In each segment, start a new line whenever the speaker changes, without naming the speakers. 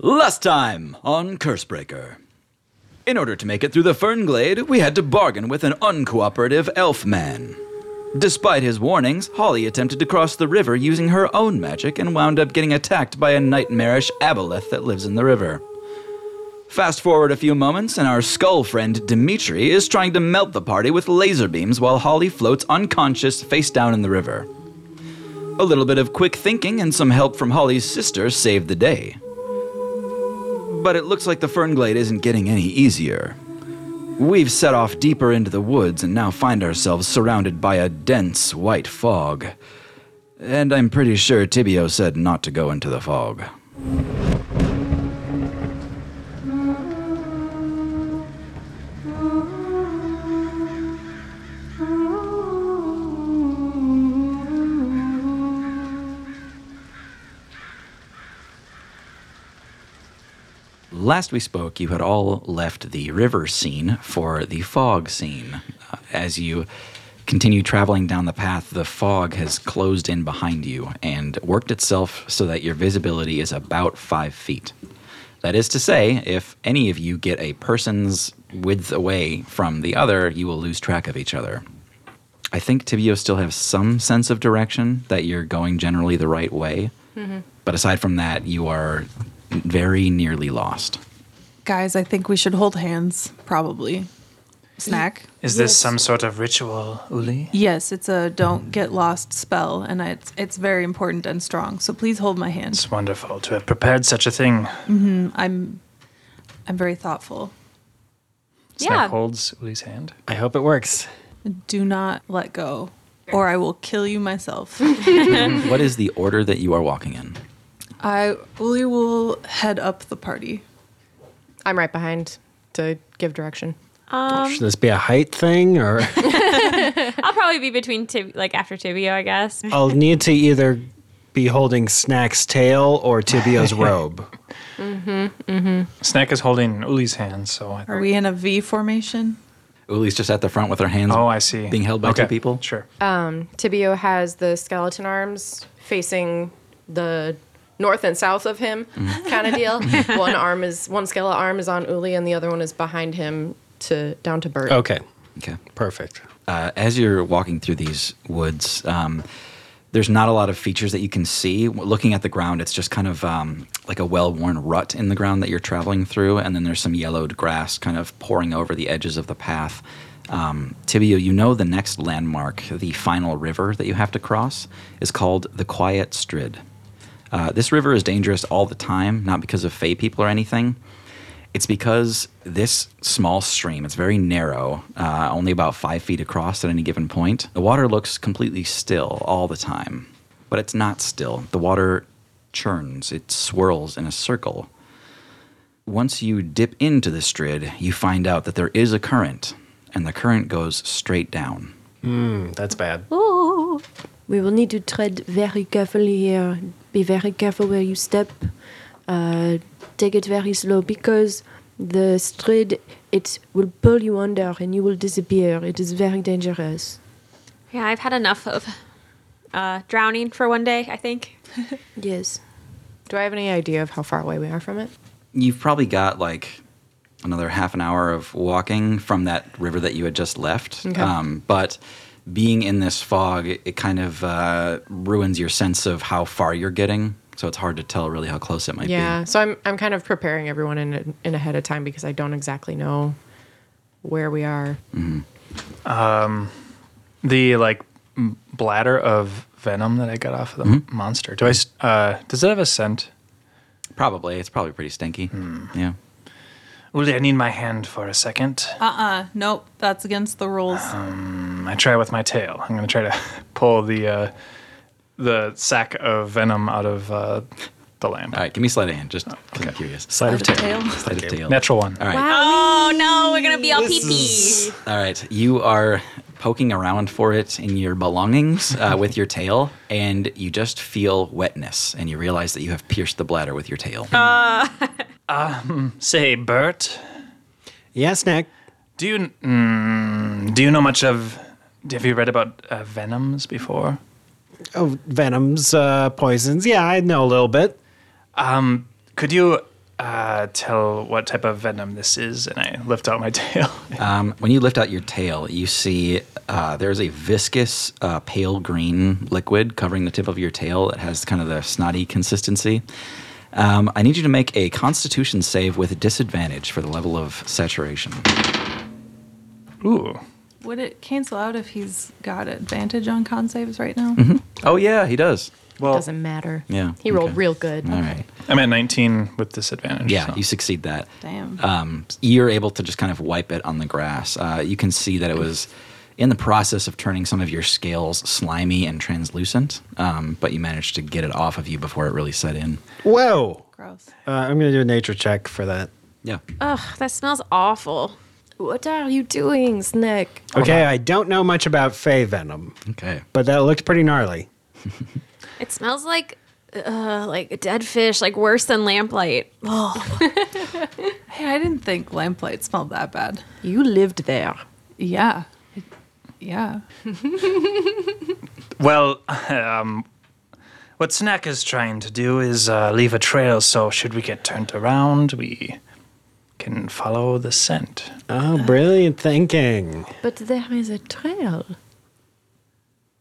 Last time on Cursebreaker. In order to make it through the Fernglade, we had to bargain with an uncooperative elf man. Despite his warnings, Holly attempted to cross the river using her own magic and wound up getting attacked by a nightmarish aboleth that lives in the river. Fast forward a few moments, and our skull friend Dimitri is trying to melt the party with laser beams while Holly floats unconscious face down in the river. A little bit of quick thinking and some help from Holly's sister saved the day. But it looks like the Fernglade isn't getting any easier. We've set off deeper into the woods and now find ourselves surrounded by a dense white fog. And I'm pretty sure Tibio said not to go into the fog. Last we spoke, you had all left the river scene for the fog scene. Uh, As you continue traveling down the path, the fog has closed in behind you and worked itself so that your visibility is about five feet. That is to say, if any of you get a person's width away from the other, you will lose track of each other. I think Tibio still has some sense of direction that you're going generally the right way. But aside from that, you are very nearly lost.
Guys, I think we should hold hands, probably. Snack?
Is this some sort of ritual, Uli?
Yes, it's a don't get lost spell, and it's, it's very important and strong. So please hold my hand.
It's wonderful to have prepared such a thing.
I'm, I'm very thoughtful.
Snap
Yeah.
holds Uli's hand.
I hope it works.
Do not let go, or I will kill you myself.
what is the order that you are walking in?
I Uli will head up the party.
I'm right behind to give direction.
Um,
Should this be a height thing or
I'll probably be between Tib- like after Tibio, I guess.
I'll need to either be holding Snack's tail or Tibio's robe.
Snack is holding Uli's hand, so I
Are we in a V formation?
Uli's just at the front with her hands.
Oh, I see.
Being held by
Okay,
two people.
Sure.
Tibio has the skeleton arms facing the north and south of him, kind of deal. one arm is one skeletal arm is on Uli, and the other one is behind him to down to Bert.
Okay,
Okay.
perfect.
Uh, as you're walking through these woods, um, there's not a lot of features that you can see. W- Looking at the ground, it's just kind of um, like a well worn rut in the ground that you're traveling through, and then there's some yellowed grass kind of pouring over the edges of the path. Um, Tibio, you know the next landmark, the final river that you have to cross, is called the Quiet Strid. Uh, this river is dangerous all the time, not because of Fey people or anything. It's because this small stream, it's very narrow, uh, only about five feet across at any given point. The water looks completely still all the time, but it's not still. The water churns, it swirls in a circle. Once you dip into the strid, you find out that there is a current, and the current goes straight down.
That's bad.
We will need to tread very carefully here. Be very careful where you step. Uh, take it very slow because the strid it will pull you under and you will disappear. It is very dangerous.
Yeah, I've had enough of uh, drowning for one day, I think.
Yes.
Do I have any idea of how far away we are from it?
you've probably got like another half an hour of walking from that river that you had just left.
Okay.
Um, but being in this fog, it, it kind of uh, ruins your sense of how far you're getting. So it's hard to tell really how close it might
Yeah.
be.
So I'm I'm kind of preparing everyone in in ahead of time because I don't exactly know where we are.
The like m- bladder of venom that I got off of the
Mm-hmm.
m monster. Do I? s- Uh, does it have a scent?
Probably. It's probably pretty stinky. Yeah.
Uli, I need my hand for a second.
Uh, nope, that's against the rules.
I try with my tail. I'm gonna try to pull the uh, the sack of venom out of uh, the lamp.
All right. Give me sleight of hand, just 'cause I'm curious.
Sleight of
Of the
tail.
tail.
Sleight of tail.
Natural one.
All right.
Oh no, we're gonna be all pee
All right, you are poking around for it in your belongings uh, with your tail, and you just feel wetness, and you realize that you have pierced the bladder with your tail.
Say, Bert,
Yeah, Snack.
do you mm, do you know much of? Have you read about uh, venoms before?
Oh, venoms, uh, poisons. Yeah, I know a little bit.
Could you uh, tell what type of venom this is, and I lift out my tail.
Um, when you lift out your tail, you see uh, there's a viscous, uh, pale green liquid covering the tip of your tail that has kind of the snotty consistency. Um, I need you to make a Constitution save with disadvantage for the level of saturation.
Ooh.
Would it cancel out if he's got advantage on con saves right now?
Oh yeah, he does.
Well,
Doesn't matter.
Yeah,
He rolled
okay.
real good.
All right.
I'm at 19 with disadvantage.
Yeah,
so-
you succeed that.
Damn.
Um, you're able to just kind of wipe it on the grass. Uh, you can see that it was in the process of turning some of your scales slimy and translucent, um, but you managed to get it off of you before it really set in.
Whoa!
Gross.
Uh, I'm gonna do a nature check for that.
Yeah.
Ugh, that smells awful.
What are you doing, Snake?
Okay, I don't know much about Fey venom,
Okay.
but that looked pretty gnarly.
It smells like uh, like a dead fish, like worse than lamplight.
Hey, I didn't think lamplight smelled that bad.
You lived there.
Yeah. It- Yeah.
Well, um, what Snack is trying to do is uh, leave a trail, so should we get turned around, we can follow the scent.
Oh, brilliant thinking.
But there is a trail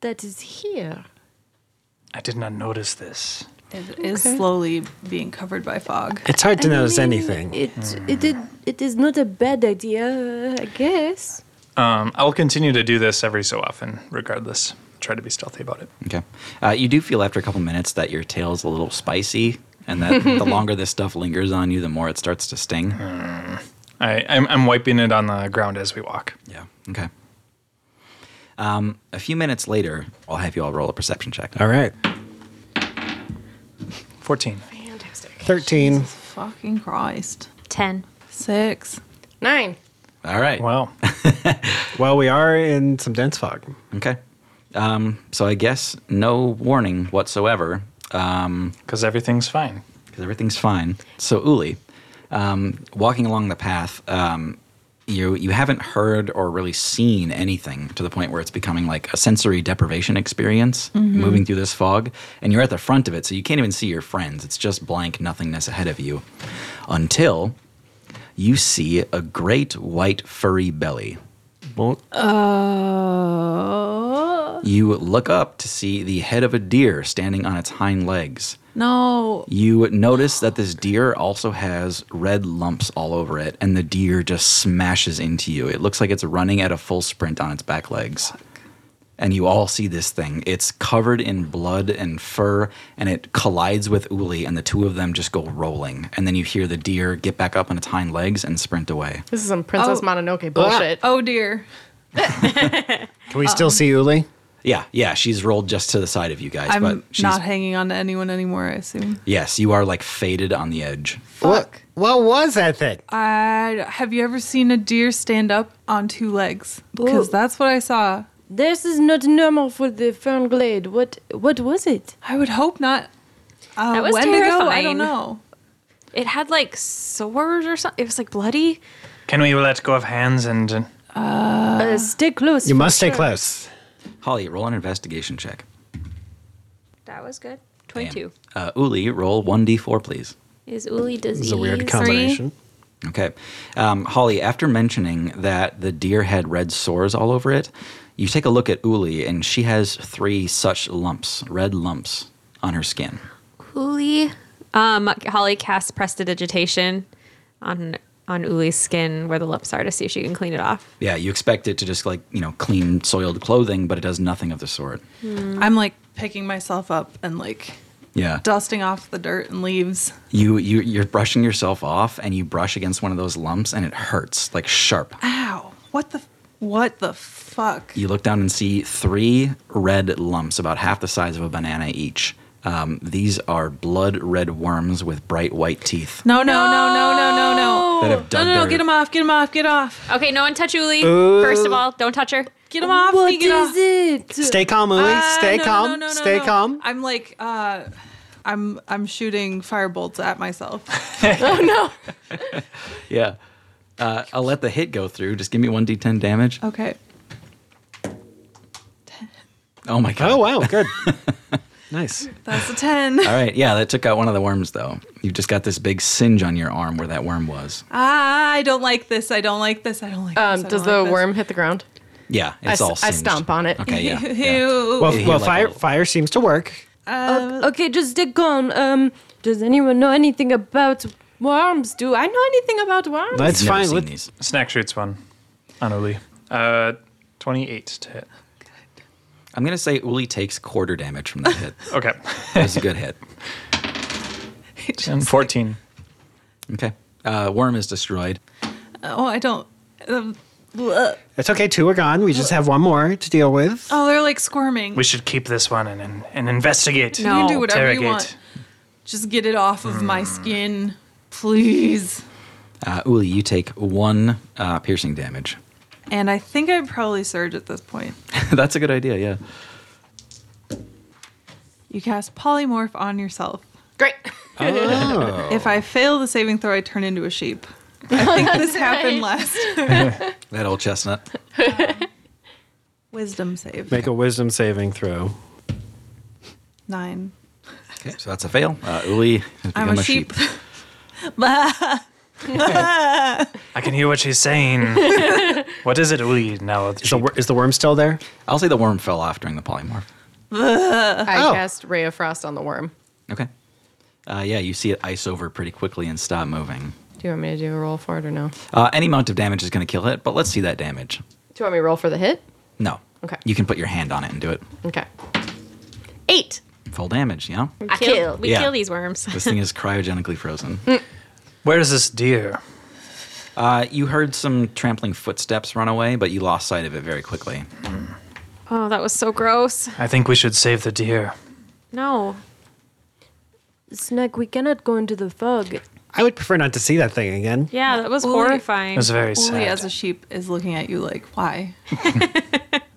that is here.
I did not notice this.
It is slowly being covered by fog.
It's hard to
I
notice
mean,
anything.
It, it, did, it is not a bad idea, I guess.
Um, I'll continue to do this every so often, regardless. Try to be stealthy about it.
Okay. Uh, you do feel after a couple minutes that your tail is a little spicy, and that the longer this stuff lingers on you, the more it starts to sting.
I, I'm, I'm wiping it on the ground as we walk.
Yeah. Okay. Um, a few minutes later, I'll have you all roll a perception check.
All right,
14.
thirteen.
Fucking Christ.
Ten.
Six.
Nine.
All right.
Wow.
Well, we are in some dense fog.
Okay. Um, so I guess no warning whatsoever
Because everything's fine.
because everything's fine. So Uli, um, walking along the path, um, you you haven't heard or really seen anything to the point where it's becoming like a sensory deprivation experience moving through this fog, and you're at the front of it, so you can't even see your friends. It's just blank nothingness ahead of you, until you see a great white furry belly
Oh.
You look up to see the head of a deer standing on its hind legs.
No.
You notice that this deer also has red lumps all over it, and the deer just smashes into you. It looks like it's running at a full sprint on its back legs. And you all see this thing. It's covered in blood and fur, and it collides with Uli, and the two of them just go rolling. And then you hear the deer get back up on its hind legs and sprint away.
This is some Princess
Oh.
Mononoke bullshit.
Oh dear.
Can
Uh,
we
um,
still see Uli?
Yeah, yeah, she's rolled just to the side of you guys, but
I'm
she's
not hanging on to anyone anymore, I assume.
yes, you are like faded on the edge.
What? What was that thing?
I, have you ever seen a deer stand up on two legs? Because
Ooh.
that's what I saw.
This is not normal for the Fern Glade. What, what was it?
I would hope not. Uh,
That was
Wendigo? I
terrifying.
don't know.
It had like sores or something. It was like bloody.
Can we let go of hands and. Uh,
Uh, stay close.
You
for
must stay
sure.
close.
Holly, roll an investigation check.
That was good.
Damn.
Twenty-two.
Uh, Uli, roll 1d4, please.
Is Uli disease?
This is a weird combination.
Okay. Um, Holly, after mentioning that the deer had red sores all over it, you take a look at Uli, and she has three such lumps, red lumps, on her skin.
Uli. Um, Holly casts prestidigitation on on Uli's skin where the lips are to see if she can clean it off.
Yeah, you expect it to just like, you know, clean soiled clothing, but it does nothing of the sort.
I'm like picking myself up and like
Yeah.
dusting off the dirt and leaves.
You, you, you're brushing yourself off, and you brush against one of those lumps, and it hurts, like sharp.
Ow. What the what the fuck?
you look down and see three red lumps about half the size of a banana each um, these are blood red worms with bright white teeth
No, no, no, no, no, no, no.
that have
No,
dug
no, no,
their-
get him off, get him off, get off.
Okay, no one touch Uli. First of all, don't touch her.
Get him off,
What
you get off.
is it?
Stay calm, Uli.
Ah, no,
stay
no,
calm.
no, no, no,
stay
no.
calm.
I'm like uh I'm I'm shooting firebolts at myself.
Oh,
yeah uh, i'll let the hit go through just give me 1d10 damage
Okay.
oh my god
Oh wow, good. Nice.
That's a 10.
All right, yeah, that took out one of the worms though. You've just got this big singe on your arm where that worm was.
Ah, I don't like this. I don't like this. I don't like
Um,
this. I
does
don't
the
like this.
worm hit the ground?
Yeah,
I
it's
s-
all.
I
Singed.
stomp on it.
Okay, yeah. yeah.
Ew.
Well,
Yeah,
well,
like
fire
a-
fire seems to work.
O- okay, just stay calm. Um, does anyone know anything about worms? Do I know anything about worms?
Let's
You've never
find
seen
let-
these.
Snack shoots one on Uli. Uh, 28 to hit.
I'm gonna say Uli takes quarter damage from that hit.
Okay.
It was a good hit.
10, 14.
Okay, uh, worm is destroyed.
oh, I don't. Um, bleh.
It's okay. Two are gone. We just have one more to deal with.
oh, they're like squirming.
We should keep this one and, and, and investigate.
No.
You can do whatever you want.
Interrogate.
Just get it off of my skin, please.
Uh, Uli, you take one uh, piercing damage.
And I think I'd probably surge at this point.
That's a good idea. Yeah.
You cast polymorph on yourself.
Great.
Oh.
If I fail the saving throw, I turn into a sheep. I think this happened last.
That old chestnut.
Wisdom save.
Make a wisdom saving throw.
Nine.
Okay, so that's a fail. Uh, Uli, has
I'm
become
a sheep. Bah.
I can hear what she's saying. what is it, Uli, now?
Is the, wor- is the worm still there?
I'll say the worm fell off during the polymorph.
I
Oh.
cast Ray of Frost on the worm.
Okay. Uh, yeah, you see it ice over pretty quickly and stop moving.
Do you want me to do a roll for it or no? Do
Uh, any amount of damage is going to kill it, but let's see that damage.
you want me to roll for the hit?
No.
Okay.
You can put your hand on it and do it.
Okay. Eight.
Full damage, yeah?
I kill. We
Yeah.
kill these worms.
this thing is cryogenically frozen.
Where is this deer?
Uh, you heard some trampling footsteps run away, but you lost sight of it very quickly.
Oh, that was so gross.
I think we should save the deer.
No.
Snack, we cannot go into the fog.
I would prefer not to see that thing again.
Yeah, that was
Uli-
horrifying.
It was very sad.
Uli, as a sheep, is looking at you like, why?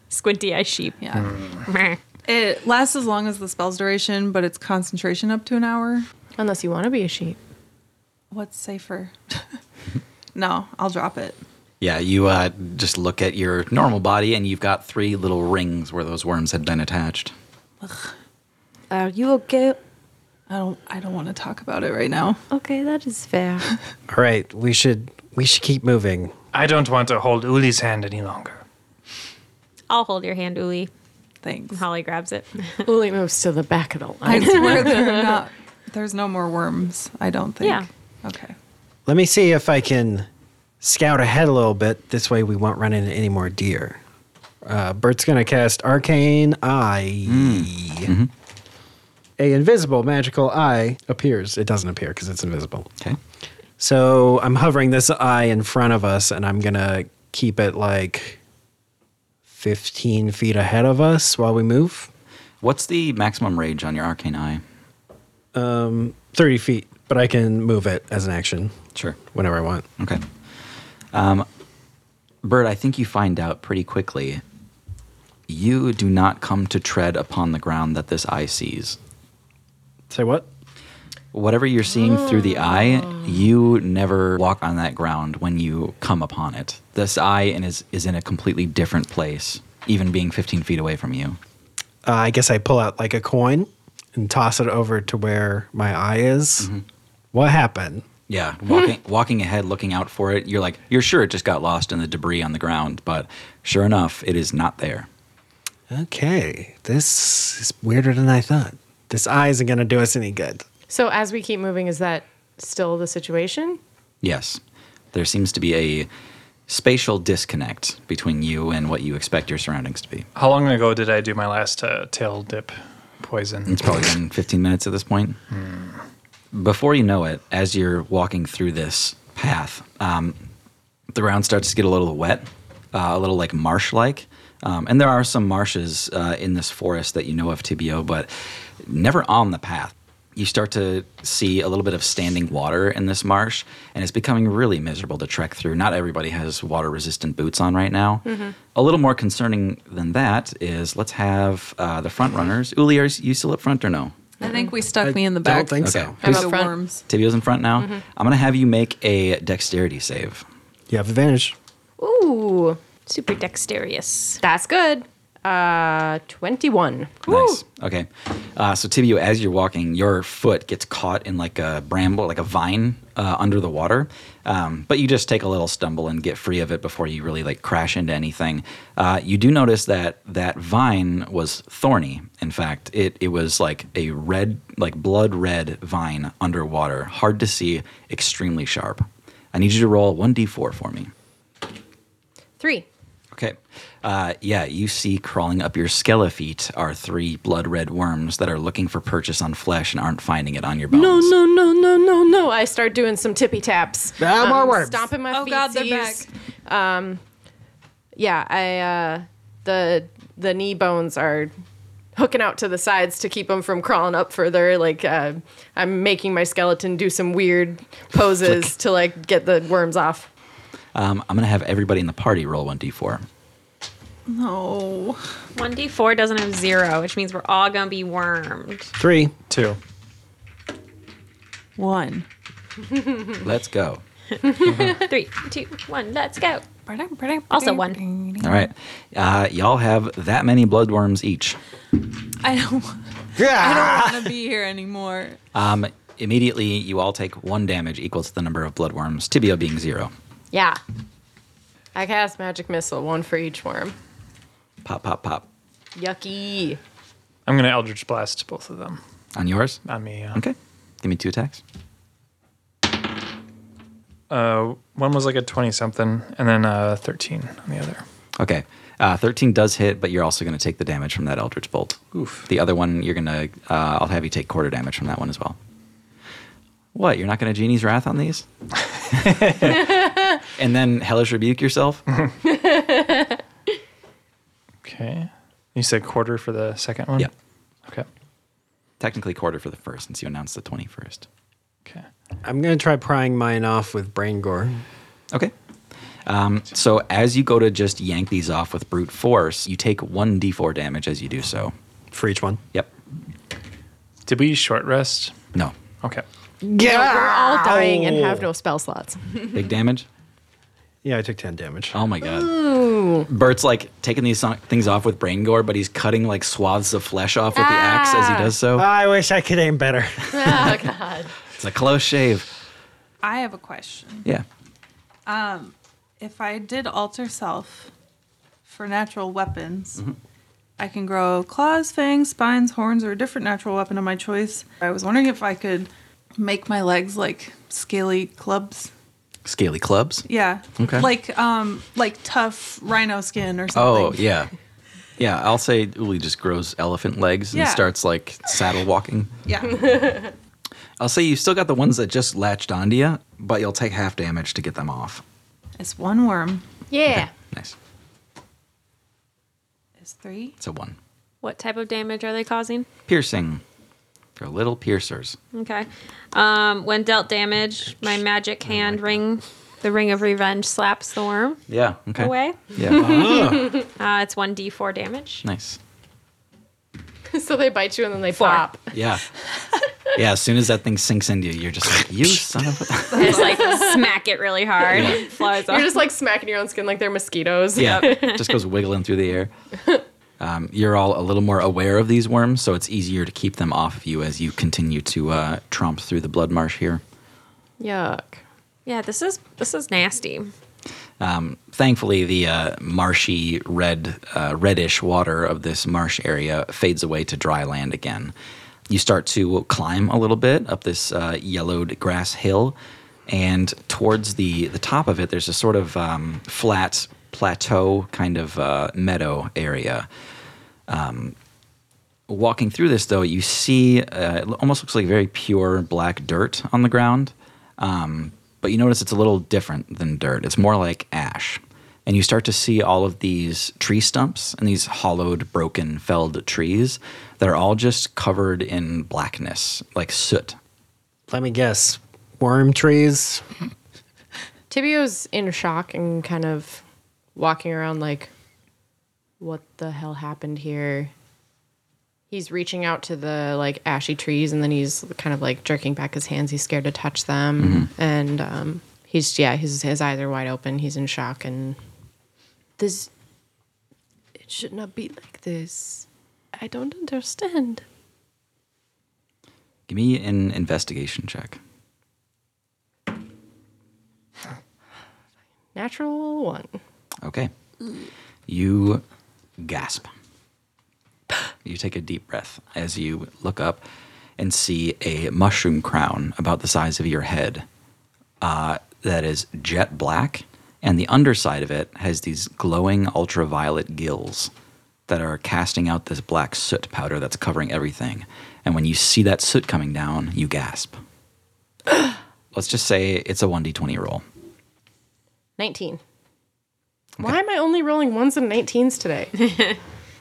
Squinty eyed sheep.
Yeah.
Meh.
It lasts as long as the spell's duration, but it's concentration up to an hour.
Unless you want to be a sheep.
What's safer? no, I'll drop it.
Yeah, you uh, just look at your normal body, and you've got three little rings where those worms had been attached.
Are you okay?
I don't. I don't want to talk about it right now.
Okay, that is fair.
All right, we should we should keep moving.
I don't want to hold Uli's hand any longer.
I'll hold your hand, Uli.
Thanks.
Holly grabs it.
Uli moves to the back of the
I
line.
swear they're not. There's no more worms. I don't think.
Yeah.
Okay.
Let me see if I can scout ahead a little bit. This way, we won't run into any more deer. Uh, Bert's gonna cast Arcane Eye. A invisible magical eye appears. It doesn't appear because it's invisible.
Okay.
So I'm hovering this eye in front of us, and I'm gonna keep it like 15 feet ahead of us while we move.
What's the maximum range on your arcane eye?
30 feet, but I can move it as an action
Sure.
whenever I want.
Okay. Um, Bert, I think you find out pretty quickly you do not come to tread upon the ground that this eye sees.
Say what?
Whatever you're seeing through the eye, you never walk on that ground when you come upon it. This eye in- is, is in a completely different place, even being 15 feet away from you.
Uh, I guess I pull out like a coin and toss it over to where my eye is. What happened?
Yeah, walking walking ahead, looking out for it, you're like, you're sure it just got lost in the debris on the ground, but sure enough, it is not there.
Okay, this is weirder than I thought. This eye isn't going to do us any good.
so as we keep moving, is that still the situation?
Yes. There seems to be a spatial disconnect between you and what you expect your surroundings to be.
How long ago did I do my last uh, tail dip poison?
It's probably been 15 minutes at this point. Before you know it, as you're walking through this path, um, the ground starts to get a little wet, uh, a little like marsh like. Um, and there are some marshes uh, in this forest that you know of, Tibio, but never on the path. You start to see a little bit of standing water in this marsh, and it's becoming really miserable to trek through. Not everybody has water resistant boots on right now. A little more concerning than that is let's have uh, the front runners. Uli, are you still up front or no?
I think we stuck me in the
I
back.
don't think
Okay.
so.
Through
I'm up
the
front.
worms.
Tibio's in front now. I'm going to have you make a dexterity save.
You have advantage.
Ooh,
Super dexterous.
that's good.
Uh, 21.
Nice. Okay. Uh, so Tibio, as you're walking, your foot gets caught in like a bramble, like a vine uh, under the water. Um, but you just take a little stumble and get free of it before you really like crash into anything. Uh, you do notice that that vine was thorny. In fact, it it was like a red, like blood red vine underwater, hard to see, extremely sharp. I need you to roll one d4 for me.
Three.
Okay. Uh, yeah, you see crawling up your skelefeet are three blood red worms that are looking for purchase on flesh and aren't finding it on your bones.
No, no, no, no, no, no. I start doing some tippy taps. Um,
Ah, more worms.
Stomping my
Oh,
feet.
God, they're back.
Um, yeah, I, uh, the, the knee bones are hooking out to the sides to keep them from crawling up further. Like, uh, I'm making my skeleton do some weird poses to, like, get the worms off.
Um, I'm going to have everybody in the party roll 1d4.
No.
1d4 doesn't have zero, which means we're all going to be wormed.
Three.
Two.
One.
Let's go.
Three, two, one, let's go.
Also
one.
All right. Uh, y'all have that many blood worms each.
I don't, I don't want to be here anymore.
Um, immediately, you all take one damage equal to the number of blood worms, tibio being zero.
Yeah. I cast magic missile, one for each worm.
Pop, pop, pop.
Yucky.
I'm gonna Eldritch Blast both of them
On yours?
on me. Uh,
Okay. Give me two attacks.
uh, one was like a twenty something, and then uh, thirteen on the other.
Okay. Uh, 13 does hit, but you're also going to take the damage from that Eldritch Bolt.
Oof.
The other one, you're going to, uh, I'll have you take quarter damage from that one as well. What? You're not going to Genie's Wrath on these? and then Hellish Rebuke yourself?
Okay. You said quarter for the second one.
Yeah.
Okay.
Technically quarter for the first, since you announced the 21st.
Okay.
I'm gonna try prying mine off with brain gore.
Okay. Um, so as you go to just yank these off with brute force, you take 1d4 damage as you do so.
For each one.
Yep.
Did we short rest?
No.
Okay.
We're all dying and have
Oh.
no spell slots.
Big damage?
Yeah, I took ten damage.
Oh my god. Bert's like taking these so- things off with brain gore, but he's cutting like swaths of flesh off with the axe as he does so.
I wish I could aim better.
oh, God.
It's a close shave.
I have a question.
Yeah.
If I did alter self for natural weapons, I can grow claws, fangs, spines, horns, or a different natural weapon of my choice. I was wondering if I could make my legs like scaly clubs.
Scaly clubs.
Yeah.
Okay.
Like um like tough rhino skin or
Oh
something.
yeah. Yeah, I'll say Uli just grows elephant legs and
Yeah.
starts like saddle walking.
yeah. Yeah.
I'll say you still got the ones that just latched onto you, but you'll take half damage to get them off.
It's one worm.
Yeah.
Nice.
It's three.
It's a one.
What type of damage are they causing?
Piercing. They're little piercers.
Okay. Um, when dealt damage, my magic hand ring, the ring of revenge, slaps the worm
Yeah. Okay.
away.
Yeah.
Uh, it's 1d4 damage.
nice.
so they bite you and then they pop.
Yeah. Yeah, as soon as that thing sinks into you, you're just like, you son of a.
I just like smack it really hard.
Yeah.
It flies off.
You're just like smacking your own skin like they're mosquitoes.
Yeah, just goes wiggling through the air. Um, you're all a little more aware of these worms, so it's easier to keep them off of you as you continue to uh, tromp through the blood marsh here.
Yuck.
yeah, this is this is nasty.
Thankfully, the uh, marshy red, uh, reddish water of this marsh area fades away to dry land again. You start to climb a little bit up this uh, yellowed grass hill, and towards the the top of it, there's a sort of um, flat plateau kind of uh, meadow area. Um, walking through this though you see uh, it almost looks like very pure black dirt on the ground um, but you notice it's a little different than dirt it's more like ash and you start to see all of these tree stumps and these hollowed broken felled trees that are all just covered in blackness like soot
Let me guess. Worm trees.
Tibio's in shock and kind of walking around like, what the hell happened here? He's reaching out to the like ashy trees and then he's kind of like jerking back his hands. He's scared to touch them. And um, he's, yeah, his, his eyes are wide open. He's in shock and
Does
It should not be like this. I don't understand.
Give me an investigation check.
Natural one.
Okay. You gasp. You take a deep breath as you look up and see a mushroom crown about the size of your head uh, that is jet black, and the underside of it has these glowing ultraviolet gills that are casting out this black soot powder that's covering everything. And when you see that soot coming down, you gasp. Let's just say it's a 1d20 roll.
19. Why am I only rolling ones and 19s today?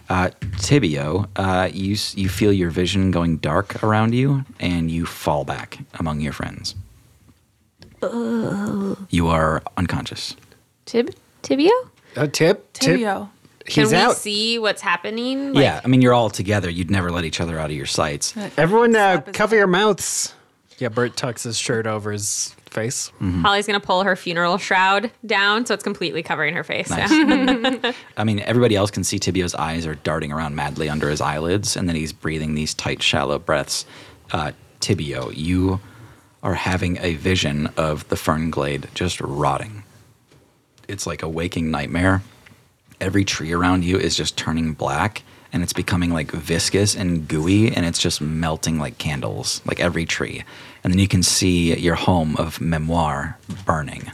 Uh, Tibio, uh, you s- you feel your vision going dark around you, and you fall back among your friends. You are unconscious.
Tib Tibio?
A tip,
Tibio.
Can
He's
we
out.
see what's happening?
yeah, I mean you're all together. You'd never let each other out of your sights.
Everyone, uh,
Slap his
cover your mouths. Mm. Yeah, Bert tucks his shirt over his face.
Holly's gonna pull her funeral shroud down so it's completely covering her face. now.
I mean everybody else can see Tibio's eyes are darting around madly under his eyelids, and then he's breathing these tight, shallow breaths. Uh, Tibio, you are having a vision of the fern glade just rotting. It's like a waking nightmare. every tree around you is just turning black and it's becoming like viscous and gooey and it's just melting like candles, like every tree. And then you can see your home of memoir burning.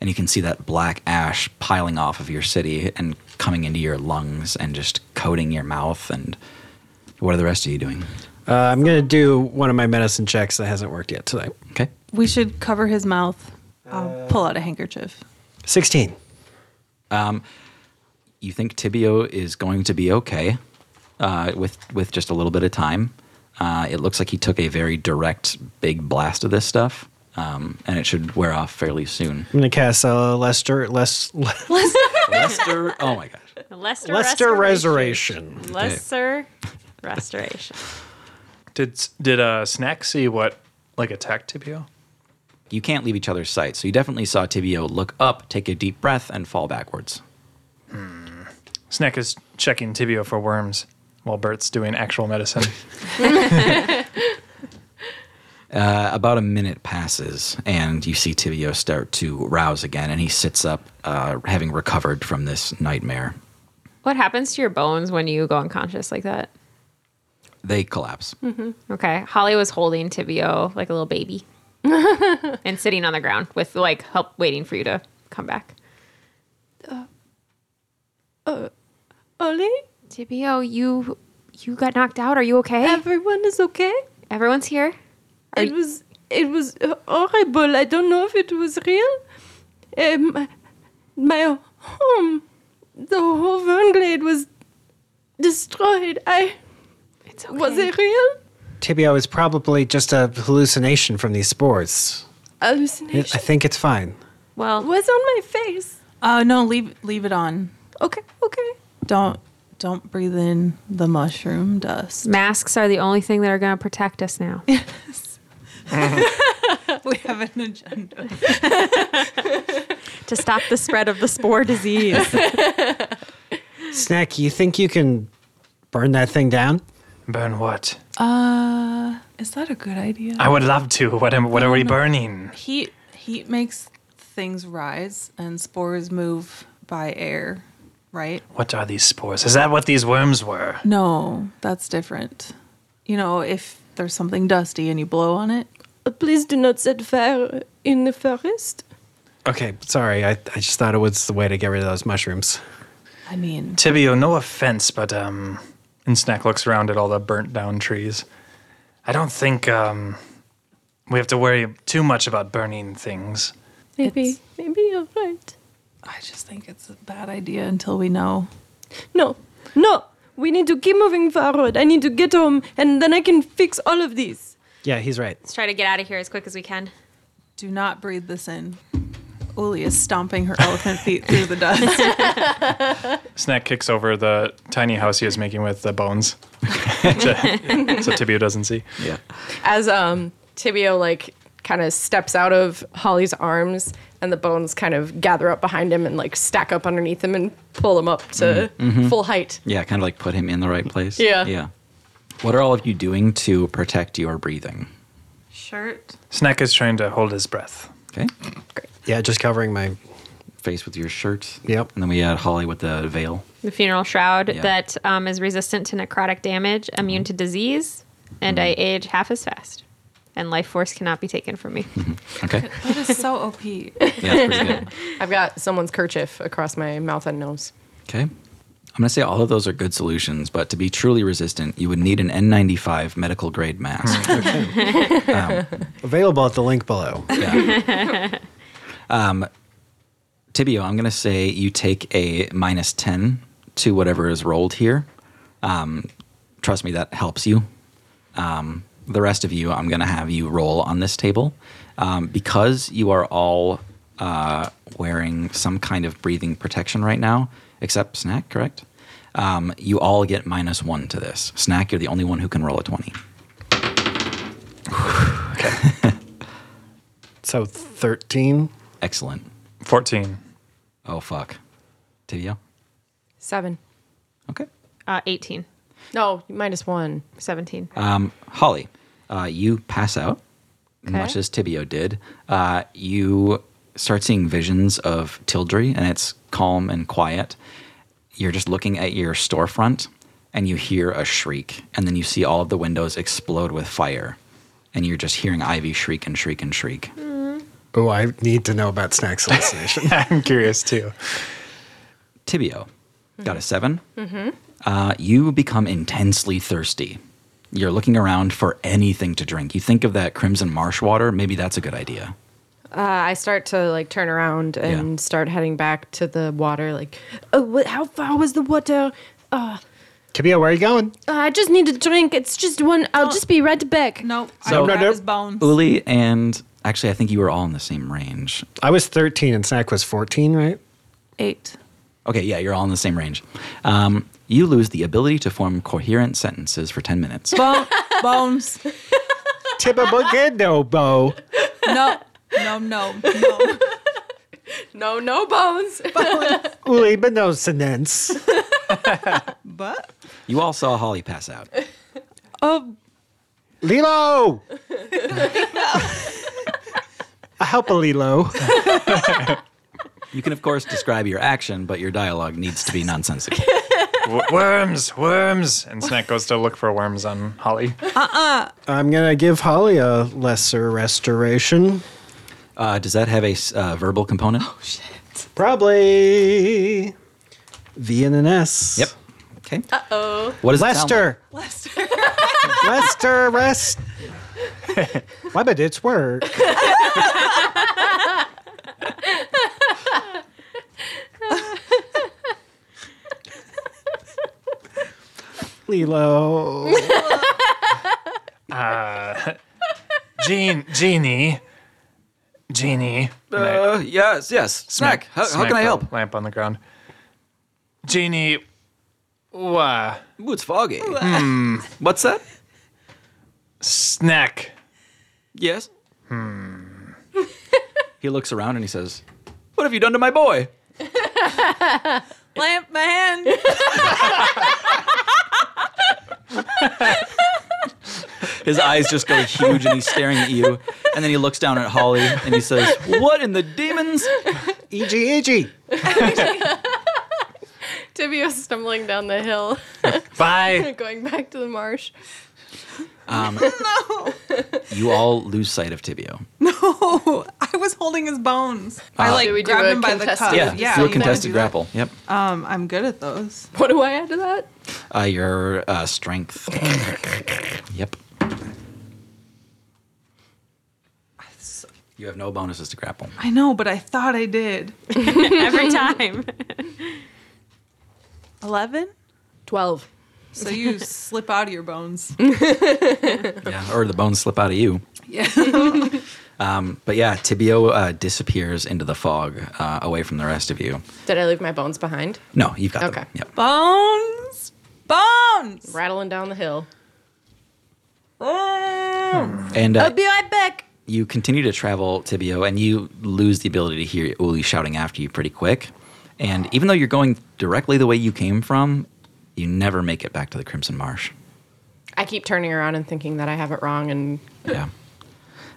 And you can see that black ash piling off of your city and coming into your lungs and just coating your mouth. And what are the rest of you doing?
Uh, I'm gonna do one of my medicine checks that hasn't worked yet today.
Okay.
We should cover his mouth. I'll pull out a handkerchief.
Sixteen.
you think Tibio is going to be okay uh, with with just a little bit of time. Uh, it looks like he took a very direct big blast of this stuff, um, and it should wear off fairly soon.
I'm gonna cast uh, Lester Les,
Lester, oh my gosh,
Lester,
Lester
restoration.
Resurrection.
Lesser restoration.
Did s- did uh, Snack see what like attacked Tibio?
you can't leave each other's sight, so you definitely saw Tibio look up, take a deep breath, and fall backwards.
Snack is checking Tibio for worms while Bert's doing actual medicine.
Uh, about a minute passes and you see Tibio start to rouse again, and he sits up, uh, having recovered from this nightmare.
What happens to your bones when you go unconscious like that?
They collapse.
Okay. Holly was holding Tibio like a little baby and sitting on the ground with like help waiting for you to come back.
Ollie,
Tibio, you you got knocked out. Are you okay?
everyone is okay?
Everyone's here.
It was it was uh, horrible. I don't know if it was real. Um, my, my home, the whole Verglade was destroyed. I
It's okay.
was it real?
Tibio is probably just a hallucination from these spores. I
Hallucination.
think it's fine.
well,
What's on my face?
Uh, no, leave leave it on.
Okay, okay.
Don't don't breathe in the mushroom dust.
masks are the only thing that are going to protect us now.
We have an agenda.
to stop the spread of the spore disease.
Snack, you think you can burn that thing down?
Burn what?
Uh, is that a good idea?
I would love to. What am? What are we burning?
Heat heat makes things rise and spores move by air, right?
What are these spores? Is that what these worms were?
No, that's different. You know, if there's something dusty and you blow on it,
Uh, please do not set fire in the forest.
Okay, sorry. I, I just thought it was the way to get rid of those mushrooms.
I mean,
Tibio, no offense, but um, and Snack looks around at all the burnt down trees. I don't think um, we have to worry too much about burning things.
Maybe,
It's-
maybe you're right.
I just think it's a bad idea until we know.
No, no. We need to keep moving forward. I need to get home, and then I can fix all of these.
Yeah, he's right.
Let's try to get out of here as quick as we can.
Do not breathe this in. Uli is stomping her elephant feet through the dust.
Snack kicks over the tiny house he is making with the bones, so, so Tibio doesn't see.
Yeah.
As um Tibio like kind of steps out of Holly's arms, and the bones kind of gather up behind him and like stack up underneath him and pull him up to full height.
Yeah, kind of like put him in the right place.
Yeah.
Yeah. What are all of you doing to protect your breathing?
Shirt.
Snack is trying to hold his breath.
Okay.
Yeah, just covering my.
Face with your shirt.
Yep.
And then we had Holly with the veil.
the funeral shroud
Yeah.
that um, is resistant to necrotic damage, immune to disease, and I age half as fast. And life force cannot be taken from me.
Okay.
That is so OP.
Yeah, that's pretty good.
I've got someone's kerchief across my mouth and nose.
Okay. I'm going to say all of those are good solutions, but to be truly resistant, you would need an N95 medical grade mask.
Available at the link below.
Yeah. um, Tibio, I'm going to say you take a minus 10 to whatever is rolled here. Um, trust me, that helps you. Um, the rest of you, I'm going to have you roll on this table. Um, because you are all uh, wearing some kind of breathing protection right now, except Snack, correct? Um, you all get minus one to this. Snack, you're the only one who can roll a 20.
So 13.
Excellent.
14.
Oh, fuck. Tibio?
Seven.
Okay.
Uh, 18,
No, minus one.
17.
Um, Holly, uh, you pass out,
Okay.
much as Tibio did. Uh, you start seeing visions of Tildry, and it's calm and quiet. You're just looking at your storefront, and you hear a shriek, and then you see all of the windows explode with fire, and you're just hearing Ivy shriek and shriek and shriek.
Oh, I need to know about snack hallucination.
I'm curious too.
Tibio got a 7 Mm-hmm. Uh, you become intensely thirsty. You're looking around for anything to drink. You think of that crimson marsh water. Maybe that's a good idea.
Uh, I start to like turn around and
Yeah.
start heading back to the water. Like,
Oh, what, how far was the water?
Tibia, where are you going?
Uh, I just need a drink. It's just one. I'll
Oh.
just be right back.
Nope.
So-
I grab
No, no.
his bones.
Uli and actually, I think you were all in the same range.
I was 13 and snack was 14, right?
Eight.
Okay, yeah, you're all in the same range. Um, you lose the ability to form coherent sentences for 10 minutes.
Bone, bones.
Tibia, no, Bo.
No. No, no, no.
no, no bones.
Uli, but no sentence.
But
You all saw Holly pass out.
oh,
Lilo! I help a Lilo.
You can, of course, describe your action, but your dialogue needs to be nonsensical.
W- worms, worms. And Snack goes to look for worms on Holly.
I'm going to give Holly a lesser restoration.
Uh, does that have a s- uh, verbal component?
Probably V and an S.
Yep. Okay. Uh oh. What does it sound like?
Lester.
Lester.
Lester, rest. Why, but it's work. Lilo.
Jean, Jeannie. Jeannie. And I
Uh, yes, yes. Snack. how, how
smack
can I
the
help?
Lamp on the ground. Jeannie. Wah.
Ooh, it's foggy. Hmm. What's that?
Snack.
Yes. Hmm. he looks around and he says, "What have you done to my boy?"
Lamp my hand.
His eyes just go huge and he's staring at you. And then he looks down at Holly and he says, "What in the demons?"
E.G. E.G.
Tibio stumbling down the hill,
Bye.
going back to the marsh.
You all lose sight of Tibio.
No, I was holding his bones. I like
Should we do
grabbed
a
him by the
contested-
cuff.
Yeah,
Yeah,
yeah.
you
Do a
wanna
contested
do that?
grapple. Yep.
Um, I'm good at those.
What do I add to that?
Uh, your uh, strength. yep. You have no bonuses to grapple.
I know, but I thought I did.
Every time.
Eleven.
Twelve.
So you slip out of your bones.
Yeah, or the bones slip out of you. Yeah. um, but yeah, Tibio uh, disappears into the fog, uh, away from the rest of you.
Did I leave my bones behind?
No, you've got them.
Okay.
Yep.
Bones. Bones.
Rattling down the hill.
Mm.
And uh,
I'll be right back.
you continue to travel Tibio, and you lose the ability to hear Uli shouting after you pretty quick. And even though you're going directly the way you came from, you never make it back to the Crimson Marsh.
I keep turning around and thinking that I have it wrong, and
Yeah.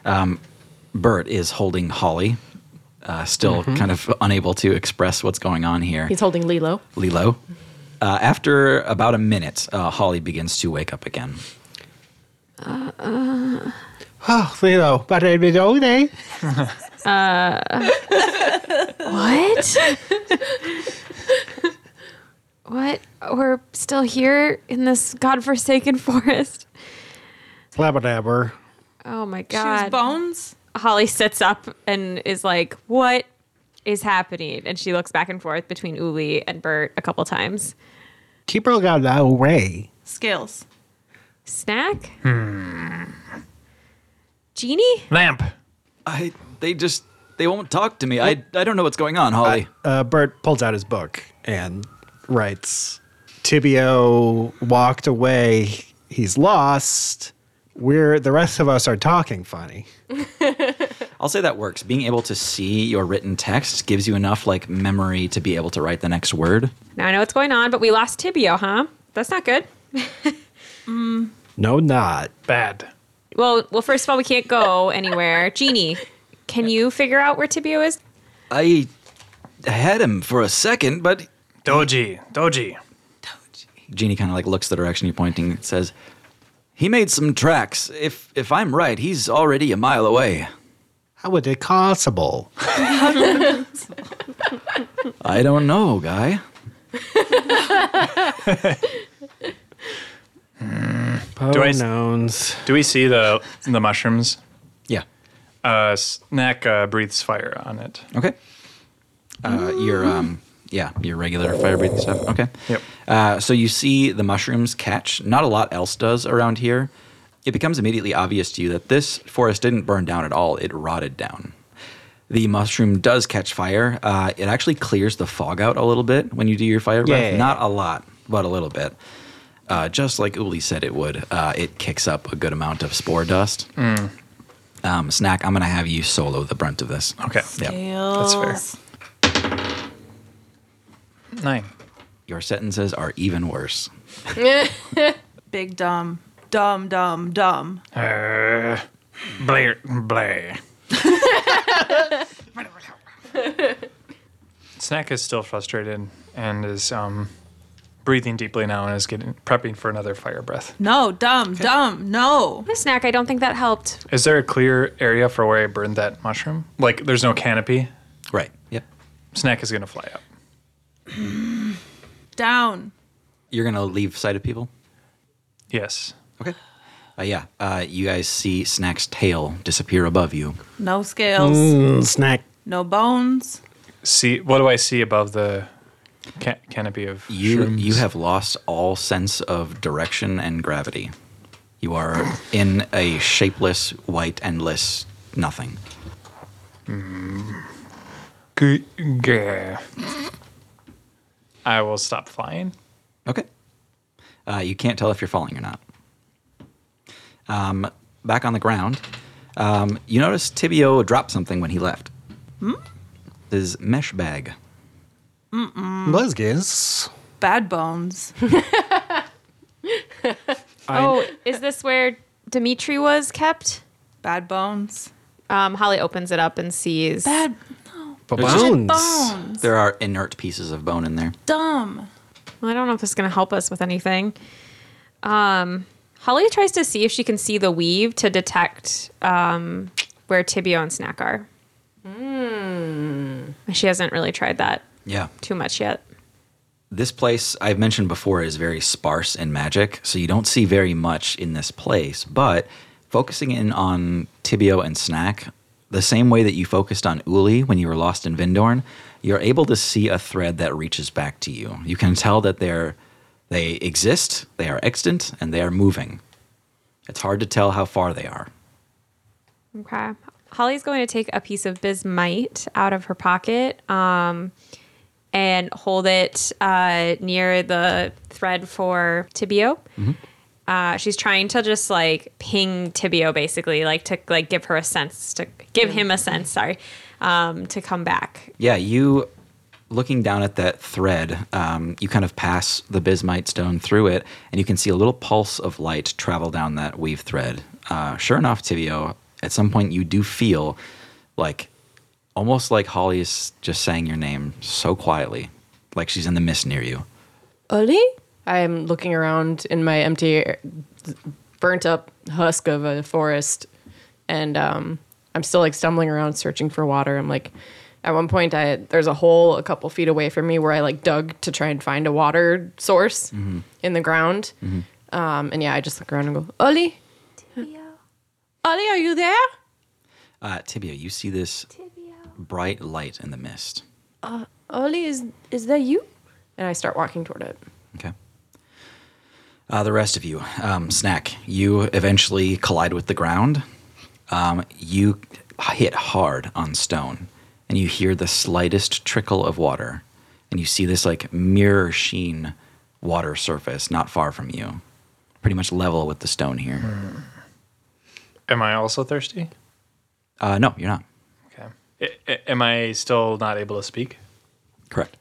Um, Bert is holding Holly, uh, still kind of unable to express what's going on here.
he's holding Lilo.
Lilo. Uh, after about a minute, uh, Holly begins to wake up again.
Oh, Lilo, but I did all day.
What? what? We're still here in this godforsaken forest.
Flabberdabber.
Oh my
She was
god.
bones.
Holly sits up and is like, "What is happening?" And she looks back and forth between Uli and Bert a couple times.
People got that way.
Scales.
Snack? Hmm. Genie?
Lamp.
I, they just, they won't talk to me. I, I don't know what's going on, Holly.
Uh, Bert pulls out his book and writes Tibio walked away. He's lost. We're the rest of us are talking funny.
I'll say that works. Being able to see your written text gives you enough like memory to be able to write the next word.
Now I know what's going on, but we lost Tibio, huh? That's not good.
No, not.
Bad.
Well, well, first of all, we can't go anywhere. Genie, can you figure out where Tibio is?
I had him for a second, but
Doji. Doji.
Jeannie kind of like looks the direction you're pointing and says, "He made some tracks. If if I'm right, he's already a mile away.
How would it possible?
I don't know, guy.
Do I s-
Pronouns.
Do we see the the mushrooms?
Yeah.
Uh, snack uh, breathes fire on it.
Okay. Uh, your um, yeah, your regular fire breathing stuff. Okay.
Ah. Yep.
Uh, so you see the mushrooms catch. Not a lot else does around here. It becomes immediately obvious to you that this forest didn't burn down at all. It rotted down. The mushroom does catch fire. Uh, it actually clears the fog out a little bit when you do your fire breath.
Yay.
Not a lot, but a little bit. Uh, just like Uli said it would, uh, it kicks up a good amount of spore dust.
Hmm.
Um, snack, I'm going to have you solo the brunt of this.
Okay.
Yep.
That's fair. Nine.
Your sentences are even worse.
Big dumb. Dumb, dumb, dumb.
Uh, Blair. Blair. Snack is still frustrated and is um, breathing deeply now and is getting prepping for another fire breath.
No, dumb, dumb, no.
Snack, I don't think that helped.
Is there a clear area for where I burned that mushroom? Like, there's no canopy.
Right. Yep.
Snack is gonna fly up.
Down.
You're going to leave sight of people?
Yes.
Okay. Uh, yeah. Uh, you guys see Snack's tail disappear above you.
No scales.
Mm, snack.
No bones.
See, what do I see above the ca- canopy of
You
shrooms?
you have lost all sense of direction and gravity. You are in a shapeless, white, endless nothing.
G- gah. I will stop flying.
Okay. Uh, you can't tell if you're falling or not. Um, back on the ground, um, you notice Tibio dropped something when he left. Hmm? His mesh bag.
Buzzkiss.
Bad bones.
Oh, is this where Dimitri was kept?
Bad bones.
Um, Holly opens it up and sees.
Bad
Bones.
bones.
There are inert pieces of bone in there.
Dumb.
Well, I don't know if it's going to help us with anything. Um, Holly tries to see if she can see the weave to detect um, where Tibio and Snack are. She hasn't really tried that
Yeah.
too much yet.
This place I've mentioned before is very sparse in magic, so you don't see very much in this place. But focusing in on Tibio and Snack, the same way that you focused on Uli when you were lost in Vindorn, you're able to see a thread that reaches back to you. You can tell that they're they exist, they are extant, and they are moving. It's hard to tell how far they are.
Okay. Holly's going to take a piece of bismite out of her pocket um, and hold it uh, near the thread for Tibio Uh, she's trying to just like ping Tibio basically, like to like give her a sense to give him a sense. Sorry, um, to come back.
Yeah, you looking down at that thread, um, you kind of pass the bismite stone through it, and you can see a little pulse of light travel down that weave thread. Uh, sure enough, Tibio, at some point you do feel like almost like Holly is just saying your name so quietly, like she's in the mist near you.
Ollie?
I'm looking around in my empty, burnt up husk of a forest, and um, I'm still like stumbling around searching for water. I'm like, at one point, I there's a hole a couple feet away from me where I like dug to try and find a water source in the ground. Um, and yeah, I just look around and go, Ollie, Ollie, are you there?
Uh, Tibio, you see this bright light in the mist.
Ollie, is, is that you?
And I start walking toward it.
Okay. Uh, the rest of you, um, Snack, you eventually collide with the ground. Um, you hit hard on stone, and you hear the slightest trickle of water, and you see this like mirror sheen water surface not far from you, pretty much level with the stone here.
Hmm. Am I also thirsty?
Uh, no, you're not.
Okay. I- I- am I still not able to speak?
Correct.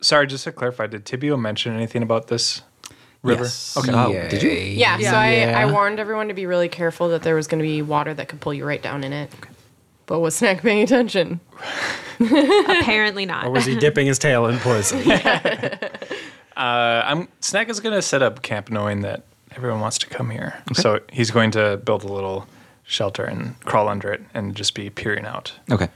Sorry, just to clarify, did Tibio mention anything about this river?
Yes.
Okay.
Oh, did you?
Yeah, so I, I
Yeah.
warned everyone to be really careful that there was going to be water that could pull you right down in it. But was Snack paying attention?
Apparently not.
Or was he dipping his tail in poison?
Uh, I'm Snack is gonna set up camp, knowing that everyone wants to come here. So he's going to build a little shelter and crawl under it and just be peering out.
Okay.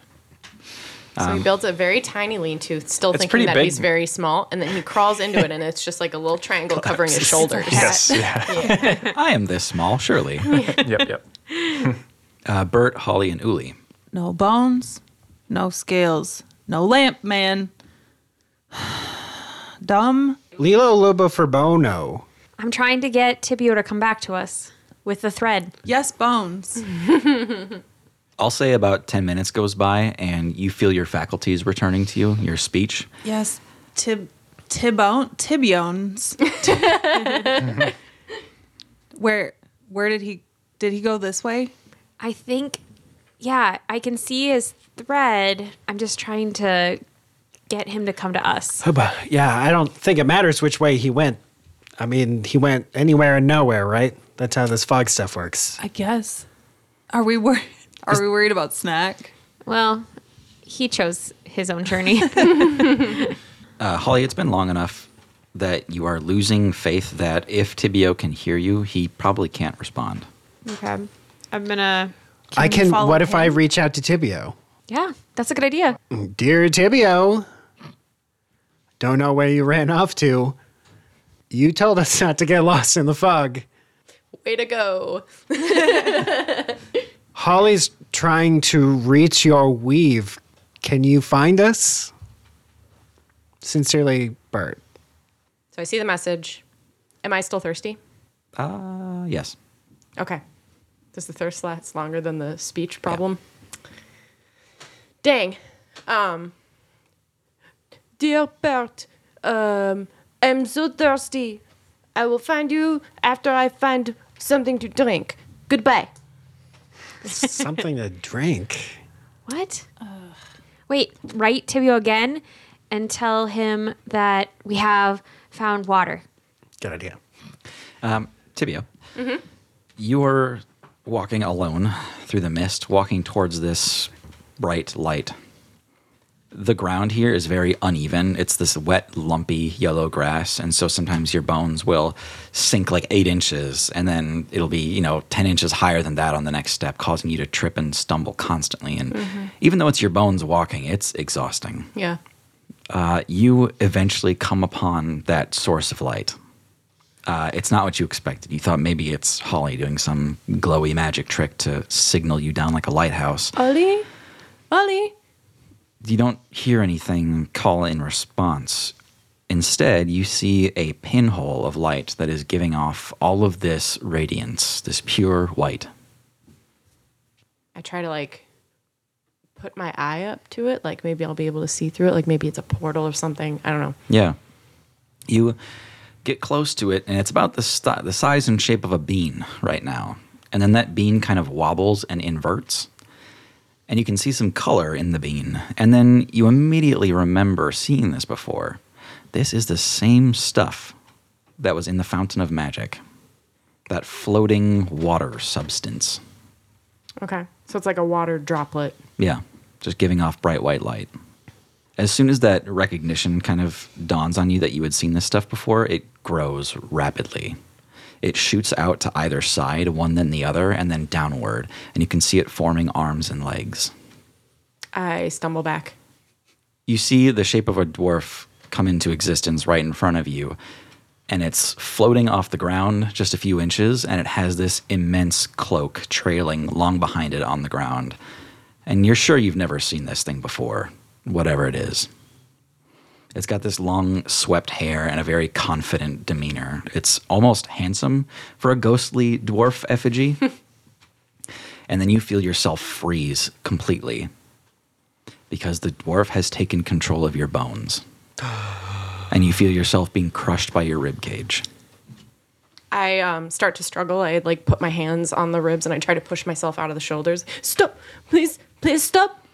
So he builds a very tiny lean-to, still
Um, It's
thinking
pretty
that
big.
he's very small, and then he crawls into it, and it's just like a little triangle covering his shoulders.
Yes. yeah.
I am this small, surely.
yep. Yep.
Uh, Bert, Holly, and Uli.
No bones, no scales, no lamp man. Dumb.
Lilo Lobo for Bono.
I'm trying to get Tibio to come back to us with the thread.
Yes, bones.
I'll say about 10 minutes goes by and you feel your faculties returning to you, your speech.
Yes, tib tibone tibiones. where where did he did he go this way?
I think, yeah, I can see his thread. I'm just trying to get him to come to us.
But yeah, I don't think it matters which way he went. I mean, he went anywhere and nowhere, right? That's how this fog stuff works.
I guess. Are we worried? Are we worried about snack?
Well, he chose his own journey.
Uh, Holly, it's been long enough that you are losing faith that if Tibio can hear you, he probably can't respond.
okay. I'm gonna.
I
we
can.
follow
What if I
him?
reach out to Tibio?
Yeah, that's a good idea.
Dear Tibio, don't know where you ran off to. You told us not to get lost in the fog.
Way to go!
Holly's trying to reach your weave. Can you find us? Sincerely, Bert.
So I see the message. Am I still thirsty?
Uh, yes.
Okay. Does the thirst last longer than the speech problem? Dang. Um.
Dear Bert, um, I'm so thirsty. I will find you after I find something to drink. Goodbye.
Something to drink.
What? Wait, write Tibio again and tell him that we have found water.
Good idea.
Um, Tibio, you're walking alone through the mist, walking towards this bright light. The ground here is very uneven. It's this wet, lumpy yellow grass. And so sometimes your bones will sink like eight inches, and then it'll be, you know, 10 inches higher than that on the next step, causing you to trip and stumble constantly. And even though it's your bones walking, it's exhausting.
Yeah.
Uh, you eventually come upon that source of light. Uh, it's not what you expected. You thought maybe it's Holly doing some glowy magic trick to signal you down like a lighthouse.
Uh,
Ollie? Ollie?
You don't hear anything call in response. Instead, you see a pinhole of light that is giving off all of this radiance, this pure white.
I try to like put my eye up to it. Like maybe I'll be able to see through it. Like maybe it's a portal or something. I don't know.
Yeah. You get close to it, and it's about the, sti the size and shape of a bean right now. And then that bean kind of wobbles and inverts, and you can see some color in the bean. And then you immediately remember seeing this before. This is the same stuff that was in the Fountain of Magic, that floating water substance.
Okay. So it's like a water droplet.
Yeah, just giving off bright white light. As soon as that recognition kind of dawns on you that you had seen this stuff before, it grows rapidly. It shoots out to either side, one then the other, and then downward, and you can see it forming arms and legs.
I stumble back.
You see the shape of a dwarf come into existence right in front of you, and it's floating off the ground just a few inches, and it has this immense cloak trailing long behind it on the ground. And you're sure you've never seen this thing before, whatever it is. It's got this long, swept hair and a very confident demeanor. It's almost handsome for a ghostly dwarf effigy. and then you feel yourself freeze completely because the dwarf has taken control of your bones. and you feel yourself being crushed by your rib cage.
I um, start to struggle. I like put my hands on the ribs and I try to push myself out of the shoulders. Stop, please, please stop.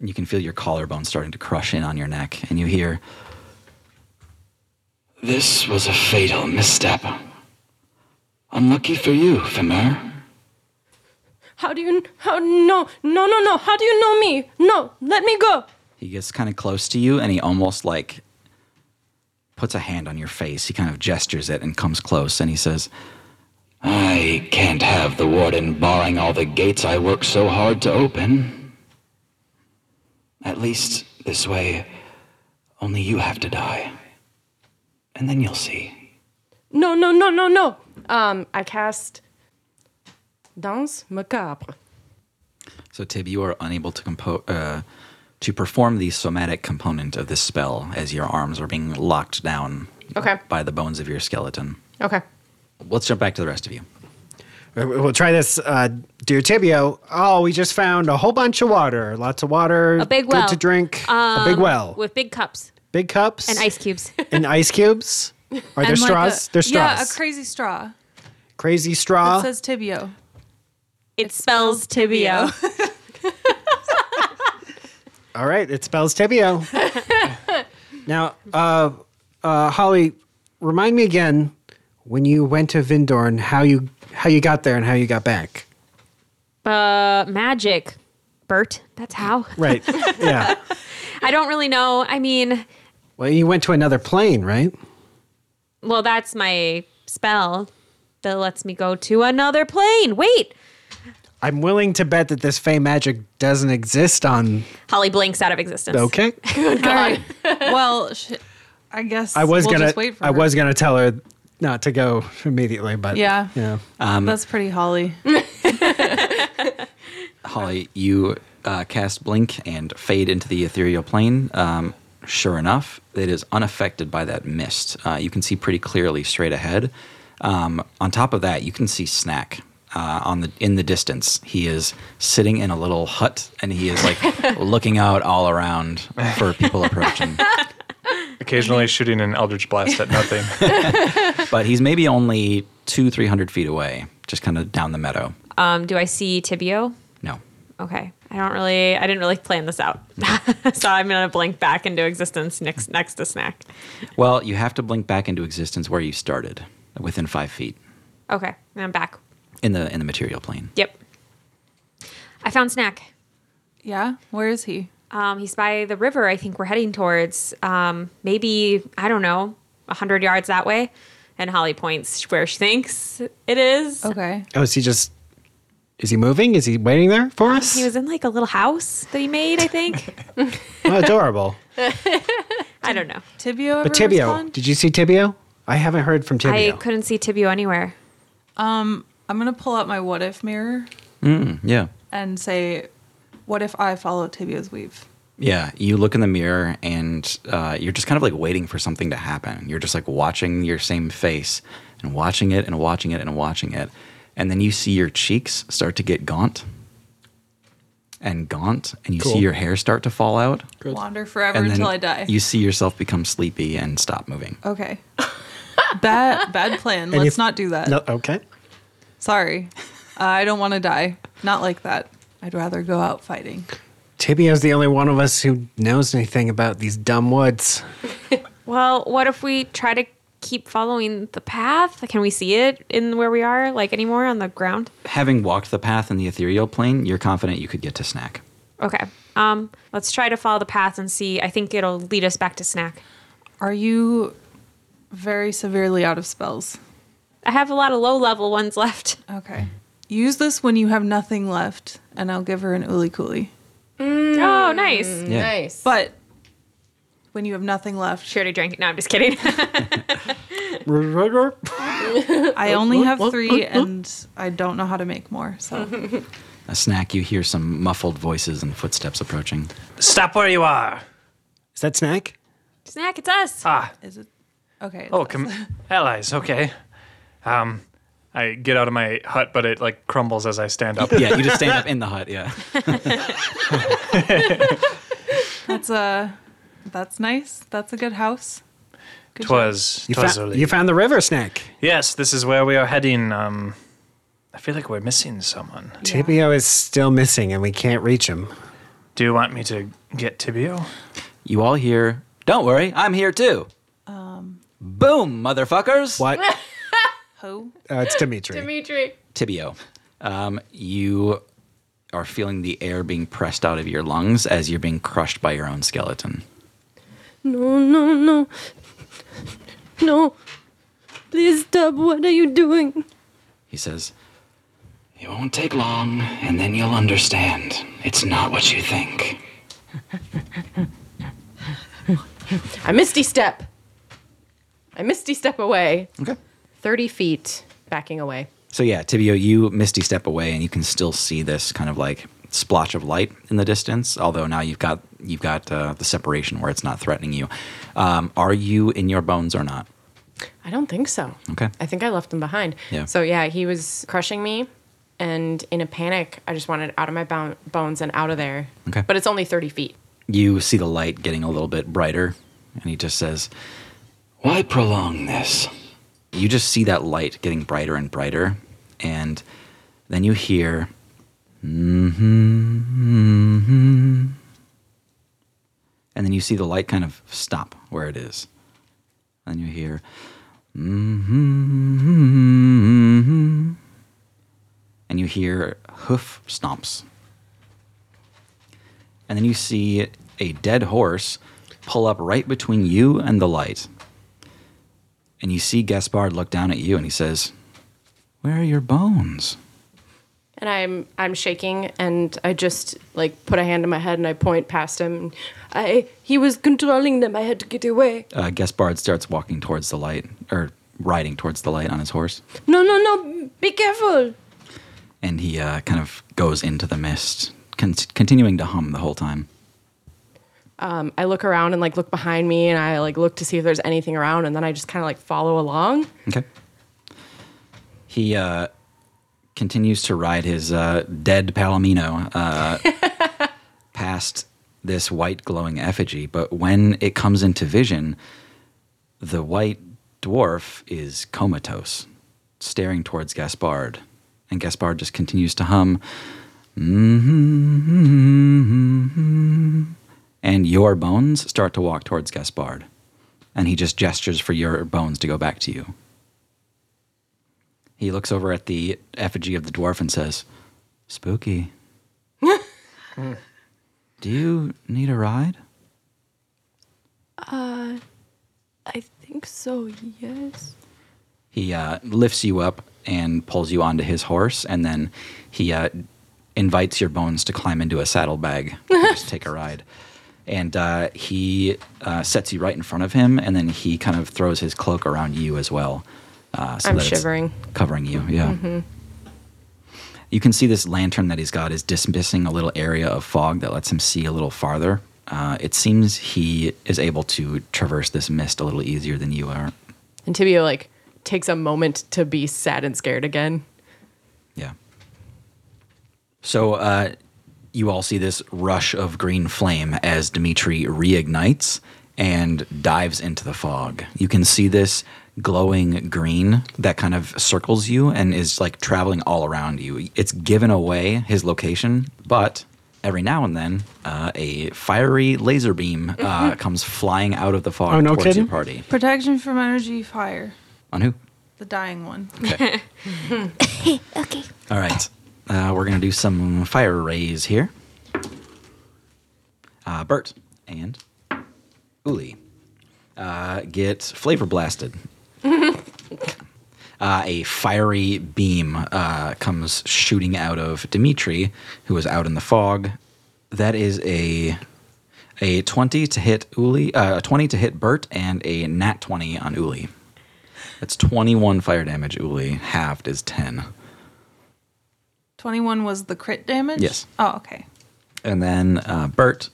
You can feel your collarbone starting to crush in on your neck, and you hear, This was a fatal misstep. Unlucky for you, Femur.
How do you? How no, no, no, no. How do you know me? No, let me go.
He gets kind of close to you, and he almost like puts a hand on your face. He kind of gestures it and comes close, and he says, I can't have the warden barring all the gates I work so hard to open. At least this way, only you have to die. And then you'll see.
No, no, no, no, no. Um, I cast Danse Macabre.
So, Tib, you are unable to compo- uh, to perform the somatic component of this spell as your arms are being locked down
Okay.
by the bones of your skeleton.
Okay.
Let's jump back to the rest of you.
Uh, We'll try this, uh, dear Tibio. Oh, we just found a whole bunch of water. Lots of water.
A big
good
well.
to drink. a big
Um,
well.
with big cups
big cups
and ice cubes.
and ice cubes. Are there
And like
straws?
a-
There's straws.
Yeah,
Oh.
a crazy straw
Crazy
that
straw.
says Tibio.
It spells tibio.
All right, it spells Tibio. now, uh, uh, Holly, remind me again when you went to Vindorn, how you how you got there and how you got back.
uh, magic, Bert. That's how.
Right. yeah.
I don't really know. I mean,
Well, you went to another plane, right?
well, that's my spell that lets me go to another plane. Wait.
I'm willing to bet that this Fey magic doesn't exist on.
Holly blinks out of existence.
Okay.
All right. well, sh- I guess
I was
we'll
gonna.
just wait for
I
her.
was gonna tell her not to go immediately, but
Yeah.
yeah.
Um,
That's pretty Holly.
Holly, you uh, cast Blink and fade into the ethereal plane. Um, sure enough, it is unaffected by that mist. Uh, you can see pretty clearly straight ahead. Um, on top of that, you can see Snack uh, on the in the distance. He is sitting in a little hut, and he is like looking out all around for people approaching.
Occasionally shooting an eldritch blast at nothing.
But he's maybe only two, three hundred feet away, just kind of down the meadow.
Um, do I see tibio?
No.
Okay. I don't really. I didn't really plan this out. so I'm gonna blink back into existence next next to snack.
Well, you have to blink back into existence where you started, within five feet.
Okay. And I'm back.
in the in the material plane.
Yep. I found snack.
Yeah. Where is he?
Um, he's by the river. I think we're heading towards. Um, maybe I don't know, hundred yards that way. And Holly points where she thinks it is.
Okay.
Oh, is he just? Is he moving? Is he waiting there for us?
He was in like a little house that he made. I think.
oh, adorable.
I don't know.
Tibio. Ever
But Tibio,
respond?
did you see Tibio? I haven't heard from Tibio.
I couldn't see Tibio anywhere.
I'm gonna pull out my what if mirror
Yeah.
and say, "What if I follow Tibio's weave?"
Yeah. You look in the mirror and uh, you're just kind of like waiting for something to happen. You're just like watching your same face and watching it and watching it and watching it. And then you see your cheeks start to get gaunt and gaunt, and you see
Cool.
your hair start to fall out.
Wander forever
And then
until I die.
You see yourself become sleepy and stop moving.
okay. bad bad plan.
And
Let's
if-
not do that.
No, okay.
Sorry. I don't want to die. Not like that. I'd rather go out fighting.
Tibio's the only one of us who knows anything about these dumb woods.
Well, what if we try to keep following the path? Can we see it in where we are, like anymore on the ground?
Having walked the path in the ethereal plane, you're confident you could get to Snack.
Okay. Um, let's try to follow the path and see. I think it'll lead us back to snack.
Are you very severely out of spells?
I have a lot of low level ones left.
Okay. Use this when you have nothing left, and I'll give her an Uli Cooley.
Oh, nice.
Yeah.
Nice.
But when you have nothing left,
She already drank it. No, I'm just kidding.
I only have three, and I don't know how to make more. So
A snack, you hear some muffled voices and footsteps approaching.
Stop where you are.
Is that snack?
snack, it's us.
Ah,
is it okay?
oh, com- allies. Okay. Um, I get out of my hut, but it like crumbles as I stand up.
Yeah, you just stand up in the hut. Yeah.
that's uh, that's nice. That's a good house. Good job.
Twas,
You,
twas
found-
early.
you found the river snack.
Yes, this is where we are heading. Um, I feel like we're missing someone.
Tibio is still missing and we can't reach him.
Do you want me to get Tibio?
You all hear, don't worry, I'm here too. Boom, motherfuckers.
What? uh,
Ho.
it's Dimitri.
Dimitri.
Tibio. Um, you are feeling the air being pressed out of your lungs as you're being crushed by your own skeleton.
No, no, no. No. Please stop. What are you doing?
He says, It won't take long, and then you'll understand. It's not what you think.
I misty step. I misty step away.
Okay.
30 feet backing away.
So yeah, Tibio, you misty step away, and you can still see this kind of like splotch of light in the distance. Although now you've got you've got uh, the separation where it's not threatening you. Um, are you in your bones or not?
I don't think so.
Okay.
I think I left him behind.
Yeah.
So yeah, he was crushing me, and in a panic, I just wanted out of my bo- bones and out of there.
Okay.
But it's only thirty feet.
You see the light getting a little bit brighter, and he just says, Why prolong this? You just see that light getting brighter and brighter, and then you hear, "Mhm, mhm." and then you see the light kind of stop where it is. And you hear, "Mm-hmm, "Mhm." and you hear hoof stomps and then you see a dead horse pull up right between you and the light. And you see Gaspard look down at you and he says, Where are your bones?
And I'm I'm shaking, and I just like put a hand to my head and I point past him. And
I. He was controlling them. I had to get away.
Uh, Gaspard starts walking towards the light, or riding towards the light on his horse.
No, no, no. Be careful.
And he uh, kind of goes into the mist, con- continuing to hum the whole time.
um, I look around and like look behind me, and I like look to see if there's anything around, and then I just kind of like follow along.
Okay. He uh, continues to ride his uh, dead Palomino uh, past this white glowing effigy, but when it comes into vision, the white dwarf is comatose, staring towards Gaspard, and Gaspard just continues to hum. "Mm-hmm, And your bones start to walk towards Gaspard, and he just gestures for your bones to go back to you. He looks over at the effigy of the dwarf and says, Spooky. Do you need a ride?
I think so. Yes.
He uh, lifts you up and pulls you onto his horse, and then he uh, invites your bones to climb into a saddlebag and just take a ride. And uh, he uh, sets you right in front of him, and then he kind of throws his cloak around you as well. Uh, so
I'm
that it's
shivering. Mm-hmm.
Covering you, yeah. You can see this lantern that he's got is dismissing a little area of fog that lets him see a little farther. Uh, it seems he is able to traverse this mist a little easier than you are.
And Tibio like takes a moment to be sad and scared again.
Yeah. So uh, you all see this rush of green flame as Dimitri reignites and dives into the fog. You can see this glowing green that kind of circles you and is like traveling all around you. It's given away his location, but every now and then uh, a fiery laser beam uh, comes flying out of the fog
Mm-hmm. Oh, no
towards
kidding?
your party.
Protection from energy fire.
On who?
The dying one.
Okay. All right. Uh, we're going to do some fire rays here. Uh, Bert and Uli uh, get flavor blasted. uh, a fiery beam uh, comes shooting out of Dimitri, who is out in the fog. That is a a twenty to hit Uli, uh, a twenty to hit Bert, and a nat twenty on Uli. That's twenty-one fire damage. Uli halved is ten.
21 was the crit damage?
Yes.
Oh, okay.
And then uh, Bert.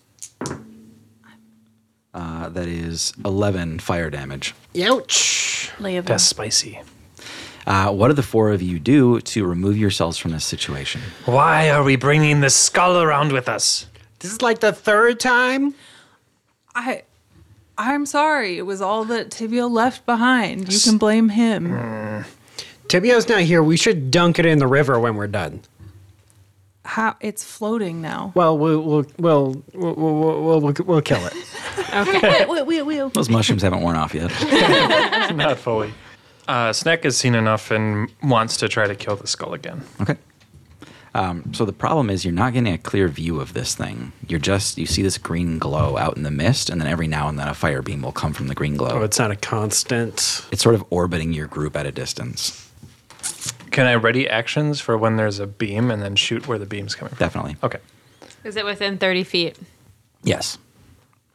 Uh, that is 11 fire damage.
Ouch.
Leovan.
That's spicy.
Uh, what do the four of you do to remove yourselves from this situation?
Why are we bringing this skull around with us?
This is like the third time.
I I'm sorry. It was all that Tibio left behind. You can blame him.
Tibio's not here. We should dunk it in the river when we're done.
How it's floating now.
Well, we'll we'll we'll we'll, we'll, we'll, we'll, we'll kill it.
Those mushrooms haven't worn off yet.
Not fully. Uh, Snack has seen enough and wants to try to kill the skull again.
Okay. Um, so the problem is you're not getting a clear view of this thing. You're just, you see this green glow out in the mist, and then every now and then a fire beam will come from the green glow.
Oh, it's not a constant.
it's sort of orbiting your group at a distance.
Can I ready actions for when there's a beam and then shoot where the beam's coming from?
Definitely.
Okay.
Is it within 30 feet?
Yes.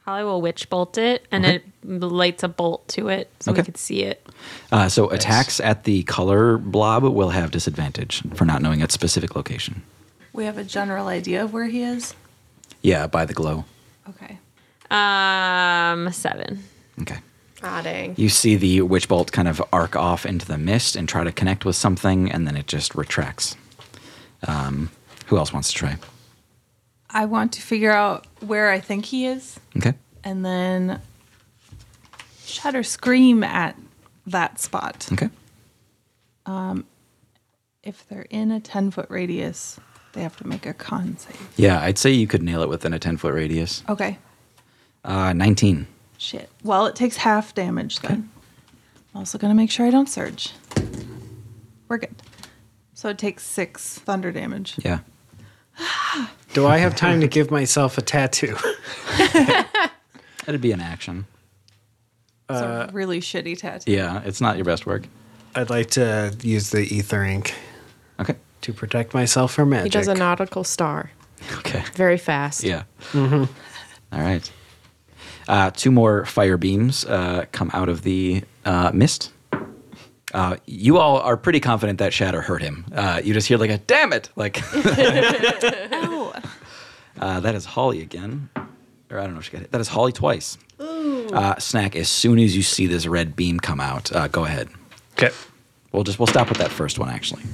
Holly will witch bolt it and
Okay.
it lights a bolt to it so
Okay.
we could see it.
Uh, so attacks at the color blob will have disadvantage for not knowing its specific location.
We have a general idea of where he is.
Yeah, by the glow.
Okay.
Um, seven.
Okay.
Ah, dang.
You see the witch bolt kind of arc off into the mist and try to connect with something, and then it just retracts. Um, who else wants to try?
I want to figure out where I think he is
Okay.
and then shatter scream at that spot.
Okay.
If they're in a 10 foot radius, they have to make a con save.
Yeah, I'd say you could nail it within a 10 foot radius.
Okay.
Uh, 19.
Shit. Well, it takes half damage then. I'm also going to make sure I don't surge. We're good. So it takes six thunder damage.
Yeah.
Do I have time to give myself a tattoo?
That'd be an action.
It's a really shitty tattoo.
Yeah, it's not your best work.
I'd like to use the ether ink
Okay.
to protect myself from magic.
He does a nautical star
Okay.
very fast.
Yeah. All right. Uh, two more fire beams uh, come out of the uh, mist. Uh, you all are pretty confident that Shatter hurt him. Uh, you just hear like a "damn it!" Like uh, that is Holly again, or I don't know if she got it. That is Holly twice. Uh, Snack. As soon as you see this red beam come out, uh, go ahead.
Okay.
We'll just we'll stop with that first one actually.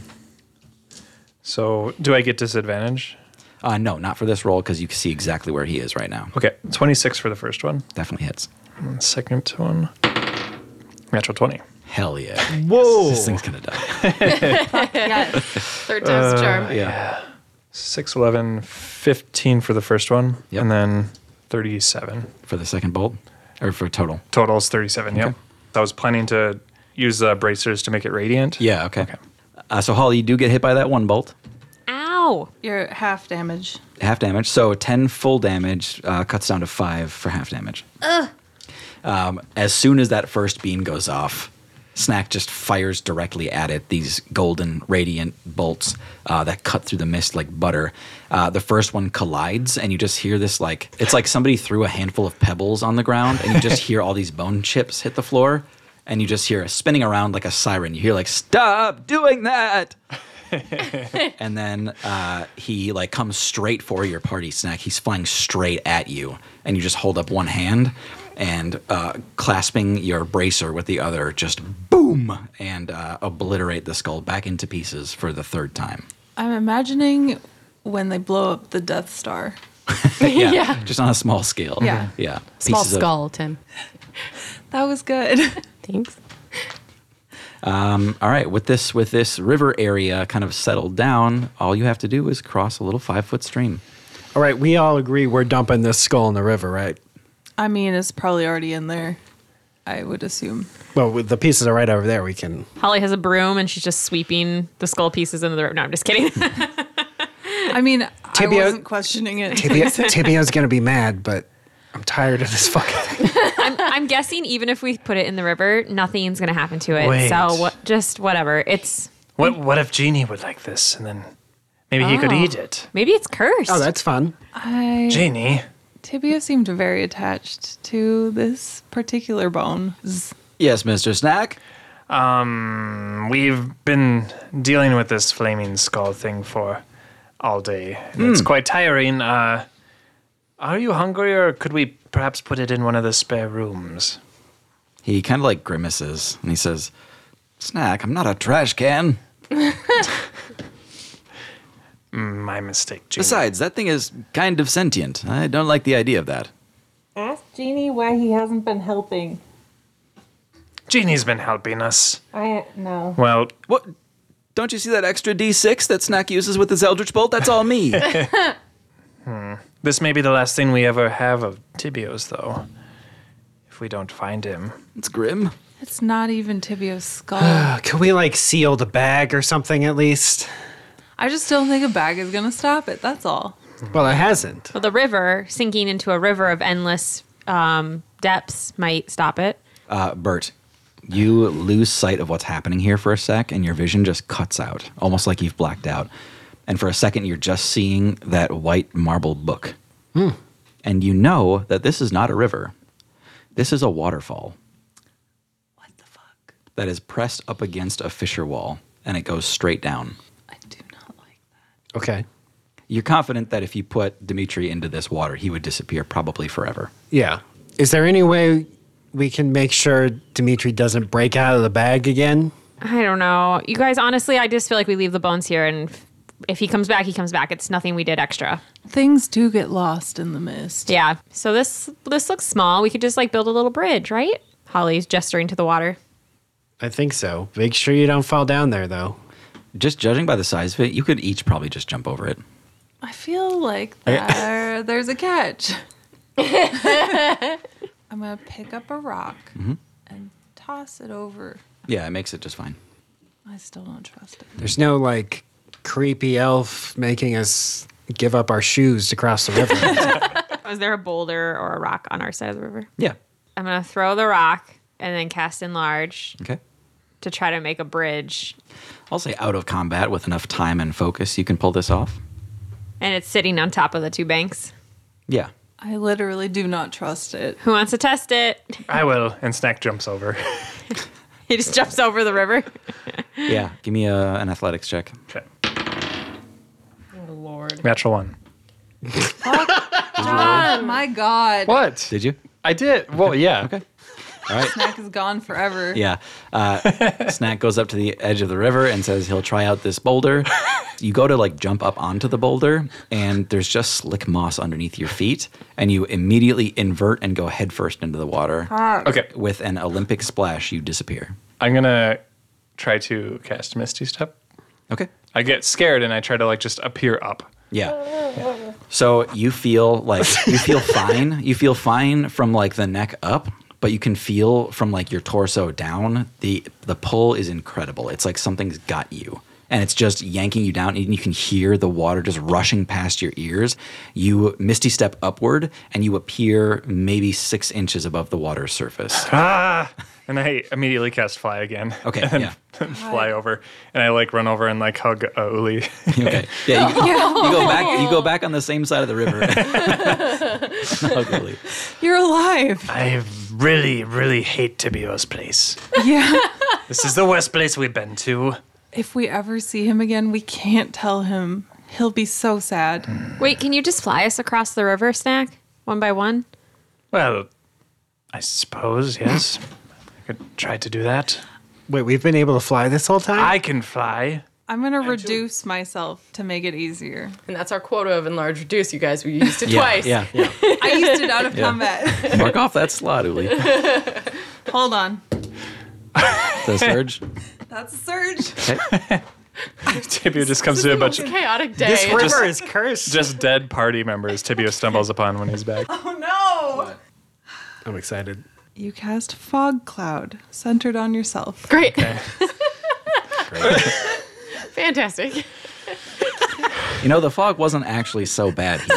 So do I get disadvantage?
Uh, no, not for this roll because you can see exactly where he is right now.
Okay. 26 for the first one.
Definitely hits.
And the second one. Natural 20.
Hell yeah!
Whoa!
This thing's gonna die.
Third time's a charm.
Yeah.
6, 11, 15 for the first one.
Yep.
And then 37.
For the second bolt? Or for total?
Total is 37. Yep.
Okay.
I was planning to use the bracers to make it radiant.
Yeah, okay. Uh, so, Holly, you do get hit by that one bolt,
Ow!
You're at half damage.
half damage. So, 10 full damage uh, cuts down to 5 for half damage. Ugh. Um, as soon as that first beam goes off, Snack just fires directly at it these golden, radiant bolts uh, that cut through the mist like butter. Uh, the first one collides, and you just hear this like it's like somebody threw a handful of pebbles on the ground, and you just hear all these bone chips hit the floor. and you just hear it spinning around like a siren. You hear like, "Stop doing that!" and then uh, he like comes straight for your party snack. He's flying straight at you, and you just hold up one hand and uh, clasping your bracer with the other, just boom and uh, obliterate the skull back into pieces for the third time.
I'm imagining when they blow up the Death Star.
yeah,
Yeah.
just on a small scale.
Yeah.
yeah.
Small
Pieces of-
skull, Tim.
That was good.
Thanks.
Um, all right, with this with this river area kind of settled down, all you have to do is cross a little five foot stream.
All right, we all agree we're dumping this skull in the river, right?
I mean, it's probably already in there. I would assume.
Well, with- the pieces are right over there. We can.
Holly has a broom and she's just sweeping the skull pieces into the river. No, I'm just kidding.
I mean,
Tibia-
I wasn't questioning it.
Tibia, Tibia's gonna be mad, but I'm tired of this fucking thing.
I'm, I'm guessing even if we put it in the river, nothing's going to happen to it.
Wait.
So what, just whatever. It's
What What if Genie would like this, and then maybe he could
Oh.
eat it?
maybe it's cursed.
Oh, that's fun.
I,
Genie,
Tibia seemed very attached to this particular bone. Z-
Yes, Mister Snack.
um, we've been dealing with this flaming skull thing for all day. and It's
Hmm.
quite tiring. Uh, are you hungry, or could we perhaps put it in one of the spare rooms?
He kind of like grimaces and he says, "Snack, I'm not a trash can.
Mm, My mistake, Genie.
Besides, that thing is kind of sentient. I don't like the idea of that."
Ask Genie why he hasn't been helping.
Genie's been helping us.
I no.
Well,
What? Don't you see that extra D6 that Snack uses with his Eldritch Bolt? That's all me.
this may be the last thing we ever have of Tibios, though. If we don't find him,
it's grim.
It's not even Tibia's skull.
Uh, Can we like seal the bag or something at least?
I just don't think a bag is gonna stop it. That's all.
Well, it hasn't.
Well, the river sinking into a river of endless um, depths might stop it.
Uh, Bert, you lose sight of what's happening here for a sec, and your vision just cuts out, almost like you've blacked out. And for a second, you're just seeing that white marble book. And you know that this is not a river, this is a waterfall
What the fuck?
that is pressed up against a fissure wall and it goes straight down.
I do not like
Okay.
You're confident that if you put Dimitri into this water, he would disappear probably forever.
Yeah. Is there any way we can make sure Dimitri doesn't break out of the bag again?
I don't know. You guys, honestly, I just feel like we leave the bones here, and f- if he comes back, he comes back. It's nothing we did extra.
that. Things do get lost in the mist.
Yeah. So this this looks small. We could just like build a little bridge, right? Holly's gesturing to the water.
I think so. Make sure you don't fall down there, though.
Just judging by the size of it, you could each probably just jump over it.
I feel like there, there's a catch. I'm gonna pick up a rock
Mm-hmm.
and toss it over.
Yeah, it makes it just fine.
I still don't trust it.
There's no like creepy elf making us give up our shoes to cross the river.
Is there a boulder or a rock on our side of the river?
Yeah.
I'm gonna throw the rock and then cast enlarge
Okay.
to try to make a bridge.
I'll say out of combat with enough time and focus, you can pull this off.
And it's sitting on top of the two banks.
Yeah.
I literally do not trust it.
Who wants to test it?
I will. And Snack jumps over.
He just jumps over the river.
Yeah. Give me a, an athletics check.
okay.
Lord.
Natural one.
Oh my god.
What?
Did you?
I did. Well, yeah.
Okay.
Snack is gone forever.
Yeah. Uh, Snack goes up to the edge of the river and says he'll try out this boulder. You go to like jump up onto the boulder, and there's just slick moss underneath your feet, and you immediately invert and go headfirst into the water.
Ah.
Okay.
With an Olympic splash, you disappear.
I'm going to try to cast Misty Step.
Okay.
I get scared and I try to like just appear up.
Yeah. So you feel like you feel fine. You feel fine from like the neck up, but you can feel from like your torso down. The the pull is incredible. It's like something's got you. And it's just yanking you down, and you can hear the water just rushing past your ears. You misty step upward, and you appear maybe six inches above the water's surface.
Ah! And I immediately cast fly again.
Okay,
And then
yeah.
fly over. And I like run over and like hug uh, Uli.
Okay, yeah, you, you go back. You go back on the same side of the river. Ugly.
You're alive.
I really, really hate Tibio's place.
Yeah.
This is the worst place we've been to.
if we ever see him again, we can't tell him. He'll be so
Mm.
sad.
Wait, can you just fly us across the river, Snack? One by one?
Well, I suppose, yes. I could try to do that.
Wait, we've been able to fly this whole time?
I can fly.
I'm gonna reduce myself to make it easier.
And that's our quota of enlarge reduce, you guys. We used it
Yeah,
twice.
Yeah, yeah.
I used it out of combat.
Mark off that slot, Uli.
Hold on.
The surge.
That's a surge.
Tibio just comes to a bunch of
chaotic day.
This river
Just-
is cursed.
just dead party members Tibio stumbles upon when he's back.
Oh no!
I'm excited.
You cast fog cloud centered on yourself.
Great. Fantastic.
You know, the fog wasn't actually so bad here.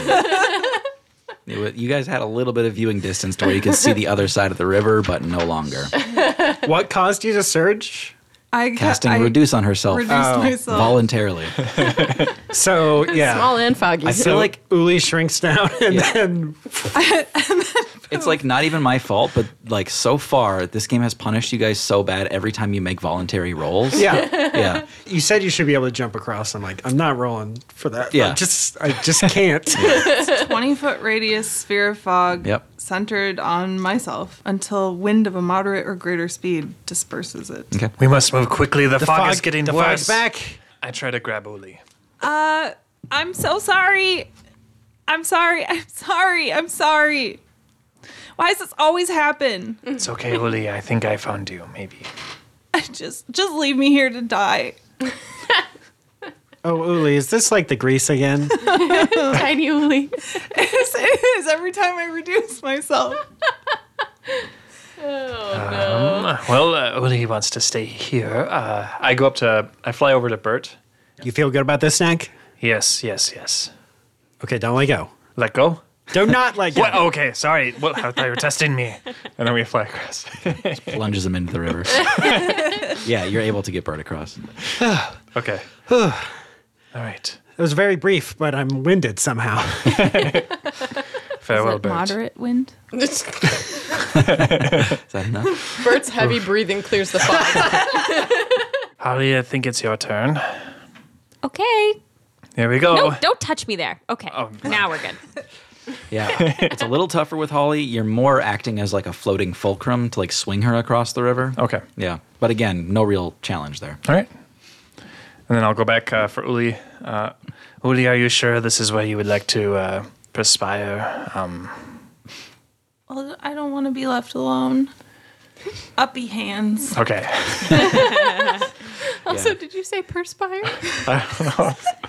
It wa- you guys had a little bit of viewing distance to where you could see the other side of the river, but no longer.
What caused you to surge?
I ca-
Casting
I
reduce on herself
reduced
Oh.
myself.
voluntarily.
So yeah,
Small and foggy.
I
so
feel
like
like
Uli shrinks down and
Yeah.
then
it's like not even my fault, but like so far, this game has punished you guys so bad every time you make voluntary rolls.
yeah.
Yeah.
You said you should be able to jump across. I'm like, I'm not rolling for that.
Yeah.
I just I just can't.
20 foot radius sphere of fog
Yep.
centered on myself until wind of a moderate or greater speed disperses it.
Okay.
We must move quickly. The, fog, is getting
the
worse.
fog's back.
I try to grab Uli.
Uh, I'm so sorry. I'm sorry. I'm sorry. I'm sorry. Why does this always happen?
It's okay, Uli. I think I found you. Maybe.
just just leave me here to die.
Oh Uli, is this like the grease again?
Tiny Uli.
Yes, it is every time I reduce myself.
Well, uh, Uli wants to stay here. Uh, I go up to. I fly over to Bert.
you feel good about this snack?
Yes, yes, yes.
Okay, don't let go.
Let go.
Do not let go.
What? Okay, sorry. Well, I thought you were testing me. And then we fly across.
Plunges him into the river. yeah, you're able to get Bert across.
okay. All right.
It was very brief, but I'm winded somehow.
Farewell, Bert.
wind?
Is that enough?
Bert's heavy breathing clears the fog.
Holly, I think it's your turn.
Okay. Oh.
Here we go.
No, don't touch me there. Okay. now we're good.
Yeah. It's a little tougher with Holly. You're more acting as like a floating fulcrum to like swing her across the river.
Okay.
Yeah. But again, no real challenge there.
All right. And then I'll go back uh, for Uli. Uh, Uli, are you sure this is where you would like to uh, perspire? Um,
Well, I don't want to be left alone. Uppy hands.
okay.
also,
Yeah.
did you say perspire?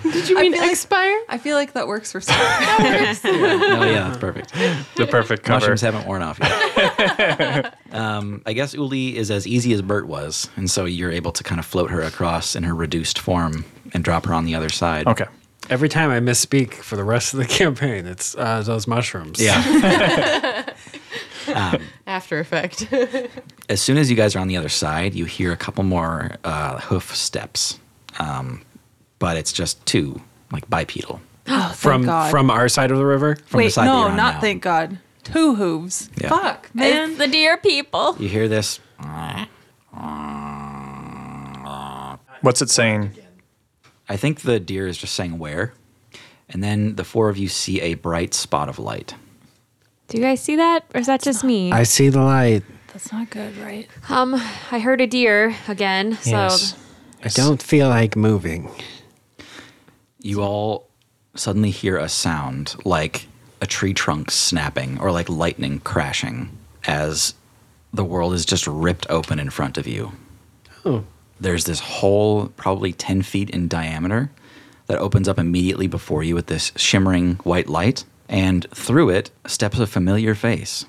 did you mean
feel like-
expire?
I feel like that works for some.
Oh, yeah, that's perfect.
The perfect cover.
Mushrooms haven't worn off yet. um, I guess Uli is as easy as Bert was, and so you're able to kind of float her across in her reduced form and drop her on the other side.
Okay.
Every time I misspeak for the rest of the campaign, it's uh, those mushrooms.
Yeah.
After effect.
as soon as you guys are on the other side, you hear a couple more uh, hoof steps, um, but it's just two, like bipedal.
From
Oh, God.
from our side of the river.
From the
Wait,
side that
no,
you're on
not
now.
thank God. Two hooves.
Yeah.
Fuck, man.
It's the dear people.
You hear this?
What's it saying?
I think the deer is just saying where, and then the four of you see a bright spot of light.
Do you guys see that? Or is that just me?
I see the light.
That's not good, right?
um, I heard a deer again. So
Yes.
I don't feel like moving.
you all suddenly hear a sound like a tree trunk snapping or like lightning crashing as the world is just ripped open in front of you.
Oh.
There's this hole, probably 10 feet in diameter, that opens up immediately before you with this shimmering white light. And through it steps a familiar face.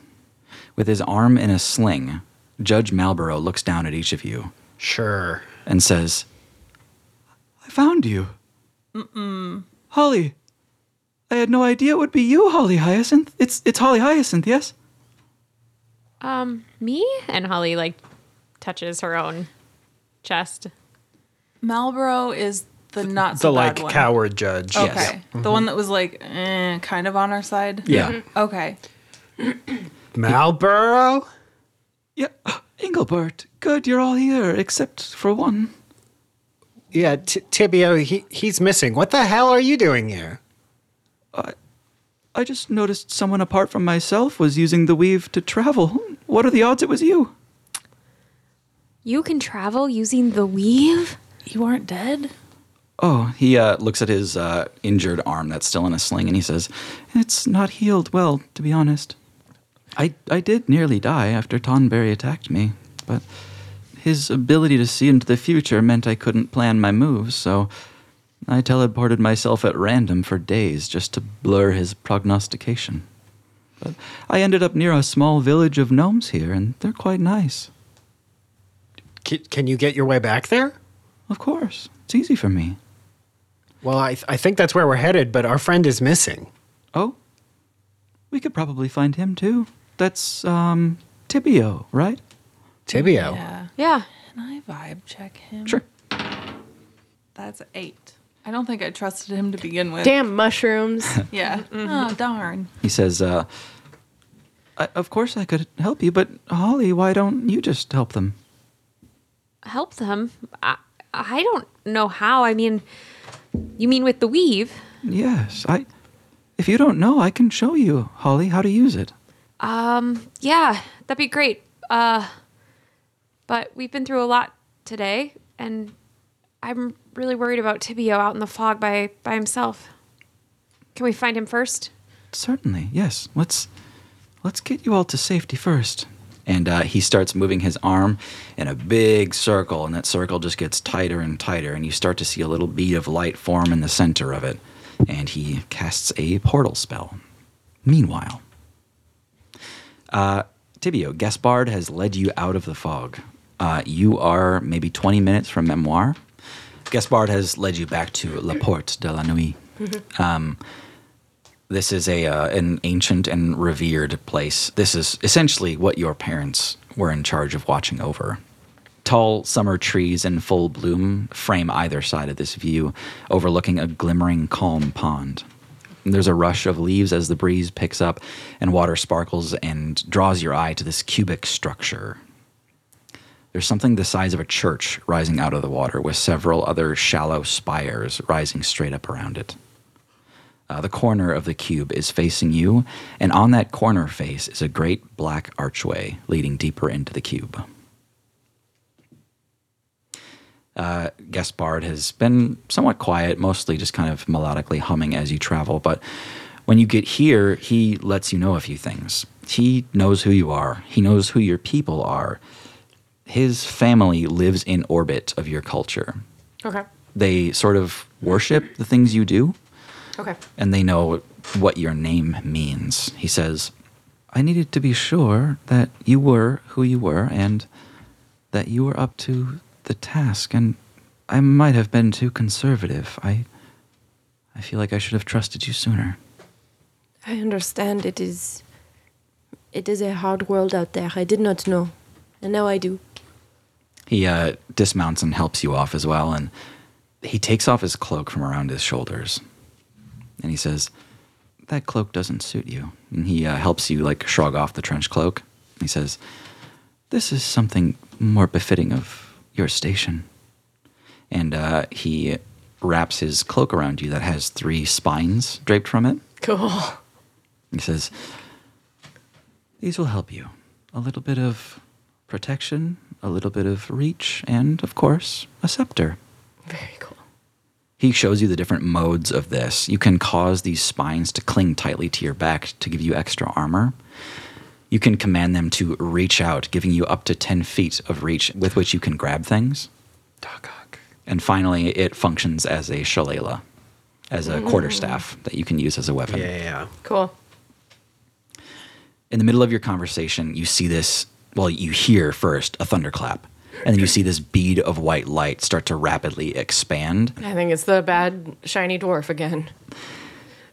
With his arm in a sling, Judge Malborough looks down at each of you
Sure.
and says, I found you. Mm-mm. Holly, I had no idea it would be you, Holly Hyacinth. It's, it's Holly Hyacinth, yes?
um me? And Holly like touches her own chest.
Marlboro is the not
The
so bad
like
one.
coward judge.
Okay,
Yes. Mm-hmm.
the one that was like eh, kind of on our side.
Yeah.
Okay.
Malboro?
Yeah. Engelbert, good, you're all here, except for one.
Yeah, T- Tibio, he, he's missing. What the hell are you doing here?
I just noticed someone apart from myself was using the weave to travel. What are the odds it was you?
You can travel using the weave?
You aren't dead.
Oh, he uh, looks at his uh, injured arm that's still in a sling and he says, It's not healed well, to be honest. I, I did nearly die after Tonberry attacked me, but his ability to see into the future meant I couldn't plan my moves, so I teleported myself at random for days just to blur his prognostication. But I ended up near a small village of gnomes here, and they're quite nice.
Can, can you get your way back there?
Of course, it's easy for me.
Well, I, I think that's where we're headed, but our friend is missing.
Oh, we could probably find him too. That's, um, Tibio, right?
Tibio.
Yeah.
Yeah.
Can I vibe check him?
Sure.
That's eight. I don't think I trusted him to begin with.
Damn mushrooms.
Yeah. Oh, darn.
He says, uh, I, Of course I could help you, but Holly, why don't you just help them?
Help them. I, I don't know how. I mean, you mean with the weave?
Yes, I. If you don't know, I can show you, Holly, how to use it.
Um, yeah, that'd be great. Uh, but we've been through a lot today, and I'm really worried about Tibio out in the fog by by himself. Can we find him first?
Certainly, yes. Let's let's get you all to safety first. And uh, he starts moving his arm in a big circle, and that circle just gets tighter and tighter, and you start to see a little bead of light form in the center of it. And he casts a portal spell. Meanwhile, uh, Tibio, Gaspard has led you out of the fog. Uh, you are maybe 20 minutes from Memoir. Gaspard has led you back to La Porte de la Nuit. This is a uh, an ancient and revered place. This is essentially what your parents were in charge of watching over. Tall summer trees in full bloom frame either side of this view, overlooking a glimmering calm pond. There's a rush of leaves as the breeze picks up and water sparkles and draws your eye to this cubic structure there's something the size of a church rising out of the water, with several other shallow spires rising straight up around it. Uh, the corner of the cube is facing you, and on that corner face is a great black archway leading deeper into the cube. Uh, Gaspard has been somewhat quiet, mostly just kind of melodically humming as you travel. But when you get here, he lets you know a few things. He knows who you are, he knows who your people are, his family lives in orbit of your culture.
Okay.
They sort of worship the things you do,
Okay.
and they know what your name means. He says, I needed to be sure that you were who you were and that you were up to the task, and I might have been too conservative. I, I feel like I should have trusted you sooner.
I understand it is it is a hard world out there. I did not know. And now I do.
He uh, dismounts and helps you off as well, and he takes off his cloak from around his shoulders, and he says, "That cloak doesn't suit you." And he uh, helps you like shrug off the trench cloak. He says, "This is something more befitting of your station." And uh, he wraps his cloak around you that has three spines draped from it.
Cool.
He says, These will help you. A little bit of protection, a little bit of reach, and, of course, a scepter.
Very cool.
He shows you the different modes of this. You can cause these spines to cling tightly to your back to give you extra armor. You can command them to reach out, giving you up to 10 feet of reach with which you can grab things. And finally, it functions as a shillelagh, as a quarterstaff that you can use as a weapon.
yeah.
Cool.
in the middle of your conversation, you see this. Well, you hear first a thunderclap, and then you see this bead of white light start to rapidly expand.
I think it's the bad shiny dwarf again.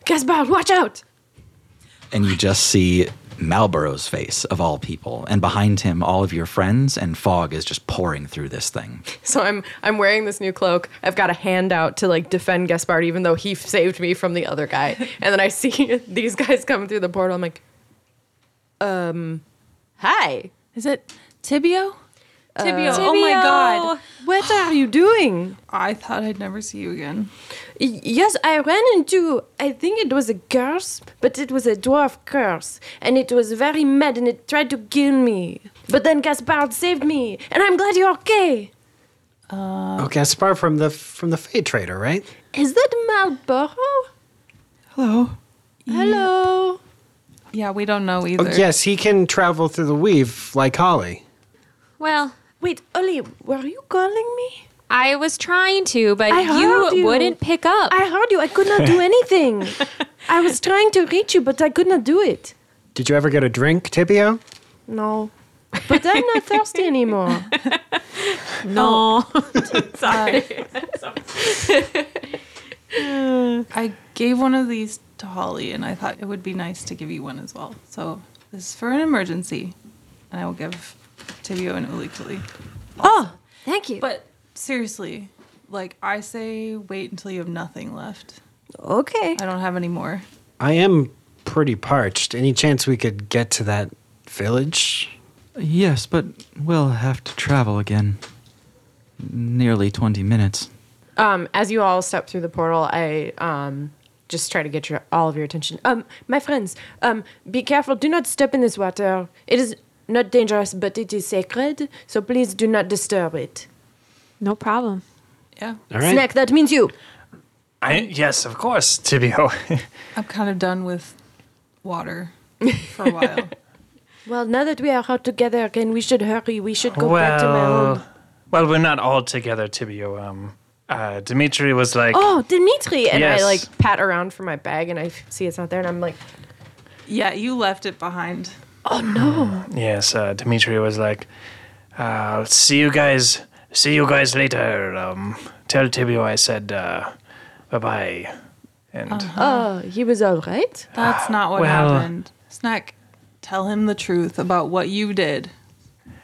Gaspar, watch out!
and you just see Malborough's face of all people, and behind him, all of your friends, and fog is just pouring through this thing.
So I'm I'm wearing this new cloak. I've got a handout to like defend Gaspard, even though he saved me from the other guy. And then I see these guys coming through the portal. I'm like, um, hi.
Is it Tibio? Tibio. Oh my
Tibio.
god.
What are you doing?
I thought I'd never see you again.
Y- Yes, I ran into I think it was a curse, but it was a dwarf curse, and it was very mad and it tried to kill me. But then Gaspard saved me, and I'm glad you're okay.
Oh, Gaspar from the from the Fade Trader, right?
Is that Marlborough?
Hello.
Hello.
Yeah, we don't know
Oh,
either.
yes, he can travel through the weave like Holly.
Well,
Wait, Oli, were you calling me?
I was trying to, but
I
you,
heard you.
wouldn't pick up.
I heard you. I could not do anything. I was trying to reach you, but I could not do it.
Did you ever get a drink, Tibio?
No. But I'm not thirsty anymore.
no.
I gave one of these to Holly, and I thought it would be nice to give you one as well. So this is for an emergency, and I will give Tibio and Ulikuli.
Oh, thank you.
But seriously, like I say, wait until you have nothing left.
Okay.
I don't have any more.
I am pretty parched. Any chance we could get to that village?
Yes, but we'll have to travel again. Nearly 20 minutes.
Um, as you all step through the portal, I um, just try to get your, all of your attention.
Um, my friends, um, be careful. Do not step in this water. It is not dangerous, but it is sacred, so please do not disturb it.
no problem.
Yeah,
All right.
Snack, that means you.
I, yes, of course, Tibio.
I'm kind of done with water for a while.
Well, now that we are out together again, we should hurry. We should go back to my home.
well, well, we're not all together, Tibio. Um, uh, Dimitri was like,
Oh, Dimitri!
And
And
I
Yes.
like pat around for my bag, and I f- see it's not there, and I'm like,
yeah, you left it behind.
yes. Uh, Dimitri was like, uh, I'll see you guys. See you guys later. Um, tell Tibio I said uh, bye bye. And
oh, he was all right.
That's not what
Well-
happened. Snack, tell him the truth about what you did.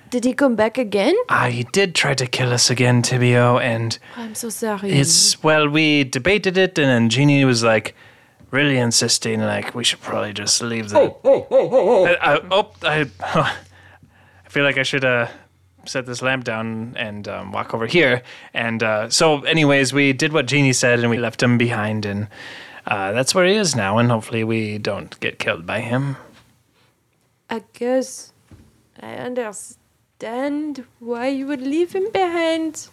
Did he come back again?
ah, he did try to kill us again, Tibio, and.
I'm so sorry.
It's well, we debated it, and then Jeannie was like, really insisting, like we should probably just leave the. Oh, oh, oh, oh, oh! I, I, oh, I, I feel like I should uh, set this lamp down and um, walk over here. And uh, so, anyways, we did what Jeannie said, and we left him behind, and uh, that's where he is now. And hopefully, we don't get killed by him.
I guess I understand why you would leave him behind.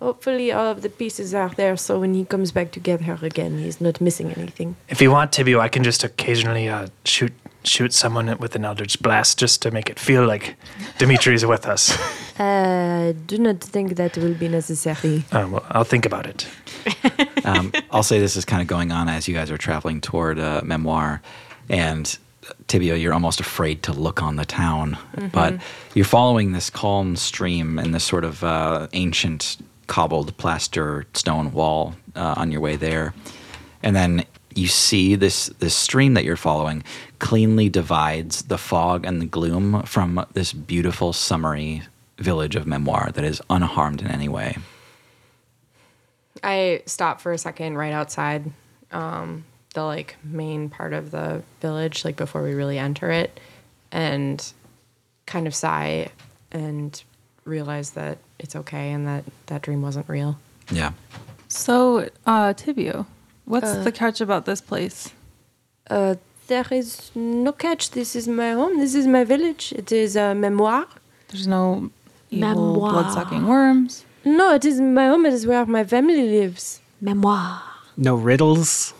Hopefully, all of the pieces are there, so when he comes back to get her again, he's not missing anything.
If you want, Tibio, I can just occasionally uh, shoot shoot someone with an Eldritch blast just to make it feel like Dimitri's with us.
I Uh, do not think that will be necessary.
Uh, well, I'll think about it.
um, I'll say this is kind of going on as you guys are traveling toward uh, Memoir, and Tibio, you're almost afraid to look on the town, but you're following this calm stream and this sort of uh, ancient cobbled plaster stone wall uh, on your way there, and then you see this this stream that you're following cleanly divides the fog and the gloom from this beautiful summery village of Memoir that is unharmed in any way.
I stop for a second right outside um, the like main part of the village, like before we really enter it, and kind of sigh and realize that it's okay and that that dream wasn't real.
Yeah.
So, uh, Tibio, what's
Uh.
the catch about this place?
Uh, there is no catch. This is my home. This is my village. It is a memoir.
There's no evil
Memoir.
blood-sucking worms.
No, it is my home. It is where my family lives.
Memoir.
No riddles.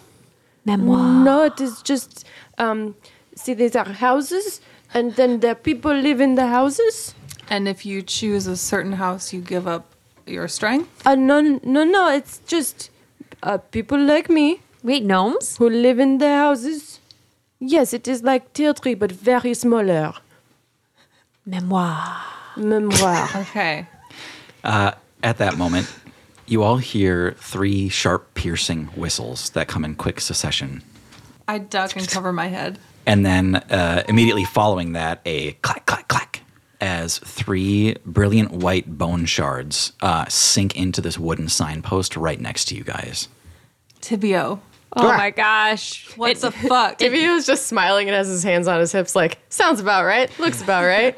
Memoir.
No, it is just. Um, see, these are houses, and then the people live in the houses.
And if you choose a certain house, you give up your strength.
Uh, no, no, no. It's just uh, people like me
Wait, gnomes?
who live in the houses. Yes, it is like tier three, but very smaller.
Memoir.
Memoir.
Okay.
At that moment, you all hear three sharp, piercing whistles that come in quick succession.
I duck and cover my head.
And then uh, immediately following that, a clack, clack, clack, as three brilliant white bone shards uh, sink into this wooden signpost right next to you guys.
Tibio,
Oh my gosh.
what the fuck?
He was just smiling and has his hands on his hips, like sounds about right, looks about right.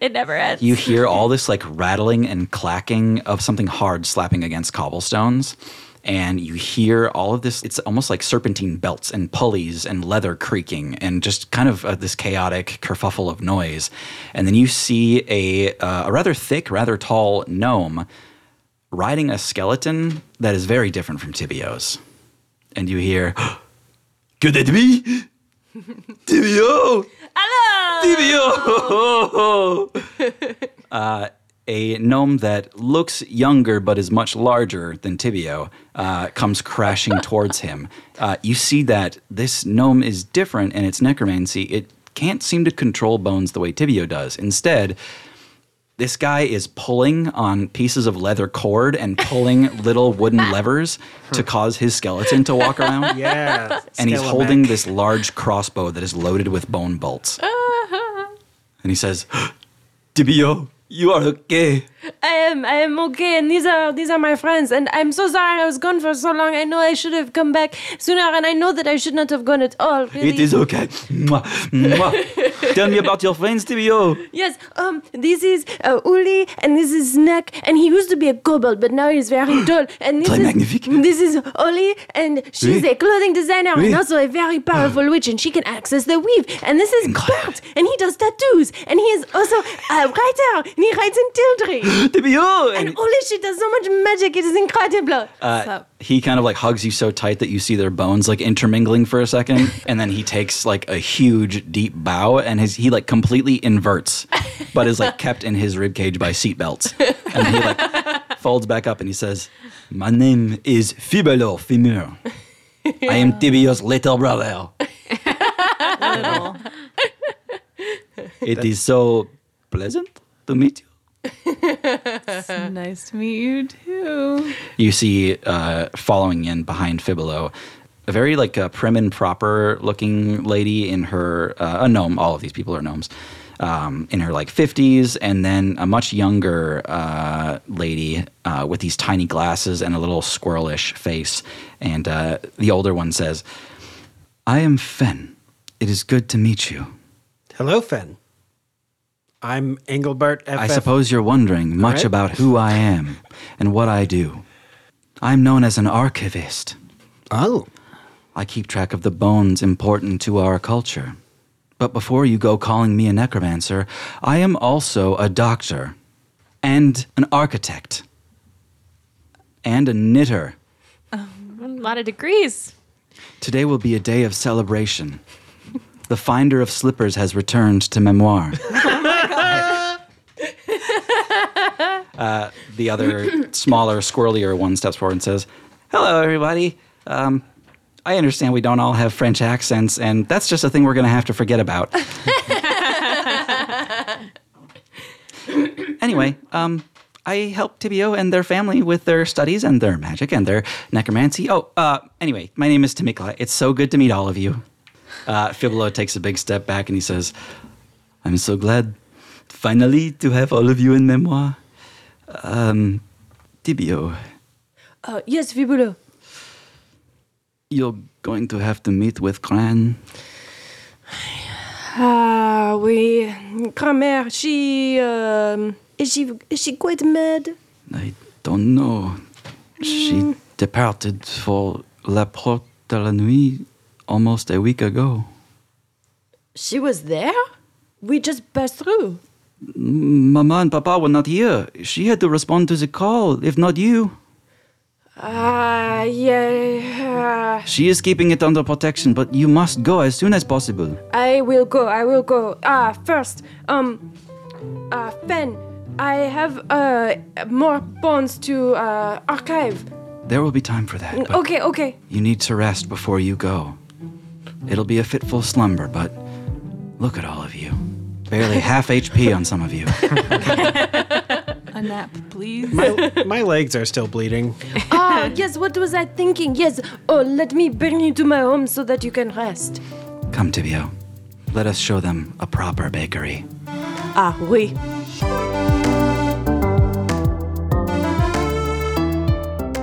It never ends.
You hear all this like rattling and clacking of something hard slapping against cobblestones. And you hear all of this. It's almost like serpentine belts and pulleys and leather creaking and just kind of uh, this chaotic kerfuffle of noise. And then you see a, uh, a rather thick, rather tall gnome riding a skeleton that is very different from Tibio's. And you hear, Que de nuit? Tibio! Hello! Tibio! a gnome that looks younger but is much larger than Tibio uh, comes crashing towards him. Uh, you see that this gnome is different in its necromancy. It can't seem to control bones the way Tibio does. Instead, this guy is pulling on pieces of leather cord and pulling little wooden levers to cause his skeleton to walk around.
Yeah.
and he's
Skeleback.
holding this large crossbow that is loaded with bone bolts. and he says, Tibio, you are okay.
I am. I am okay, and these are these are my friends. And I'm so sorry I was gone for so long. I know I should have come back sooner, and I know that I should not have gone at all. Really.
It is okay. Mwah, mwah. Tell me about your friends, Tibio.
Yes. Um. This is uh, Uli, and this is Snack, and he used to be a kobold, but now he's very dull. And this
Très
is
magnifique.
this is Oli, and she's
Oui.
a clothing designer
Oui. Ah.
and also a very powerful witch, and she can access the weave. And this is Bart, and he does tattoos, and he is also a writer, and he writes in Tiltree.
Tibio!
And Oli, she does so much magic. It is incredible.
Uh, he kind of like hugs you so tight that you see their bones like intermingling for a second, and then he takes like a huge deep bow, and his he like completely inverts, but is like kept in his rib cage by seatbelts, and he like folds back up and he says, "My name is Fibelo Fimur. I am Tibio's little brother.
Little.
It is so pleasant to meet you."
It's nice to meet you too.
you see uh, following in behind Fibolo, a very like uh, prim and proper looking lady in her uh, a gnome. All of these people are gnomes. Um, in her like 50s, and then a much younger uh, lady uh, with these tiny glasses and a little squirrelish face. And uh, the older one says, I am Fen. It is good to meet you.
Hello, Fen. I'm Engelbert FF.
I suppose you're wondering much
right.
about who I am and what I do. I'm known as an archivist.
Oh.
I keep track of the bones important to our culture. But before you go calling me a necromancer, I am also a doctor and an architect and a knitter.
A lot of degrees.
Today will be a day of celebration. The finder of slippers has returned to memoir. uh, the other smaller, squirrelier one steps forward and says, Hello, everybody. Um, I understand we don't all have French accents, and that's just a thing we're going to have to forget about. anyway, um, I help Tibio and their family with their studies and their magic and their necromancy. Oh, uh, anyway, my name is Tamikla. It's so good to meet all of you. Uh, Fibolo takes a big step back and he says, I'm so glad finally to have all of you in memoir. Um, Tibio,
Uh, yes, Fibulo.
you're going to have to meet with Kran.
Ah, we Kramer. She um, is she is she quite mad?
I don't know. She departed for La Porte de la Nuit almost a week ago.
She was there. We just passed through.
Mama and Papa were not here. She had to respond to the call, if not you.
Ah, yeah.
She is keeping it under protection, but you must go as soon as possible.
I will go. I will go. Ah, first, um, uh, Fen, I have uh more bones to uh archive.
There will be time for that. but
Okay, okay.
You need to rest before you go. It'll be a fitful slumber, but look at all of you. Barely half HP on some of you.
A nap, please.
My, my legs are still bleeding.
Ah, yes. What was I thinking? Yes. Oh, let me bring you to my home so that you can rest.
Come, Tibio. Let us show them a proper bakery.
Ah, oui.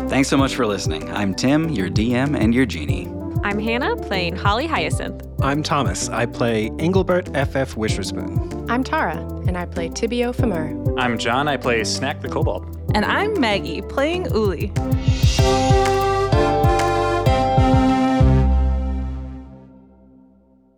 Thanks so much for listening. I'm Tim, your DM and your genie.
I'm Hannah playing Holly Hyacinth.
I'm Thomas. I play Engelbert FF Wisherspoon.
I'm Tara, and I play Tibio Femur.
I'm John. I play Snack the Kobold.
And I'm Maggie playing Uli.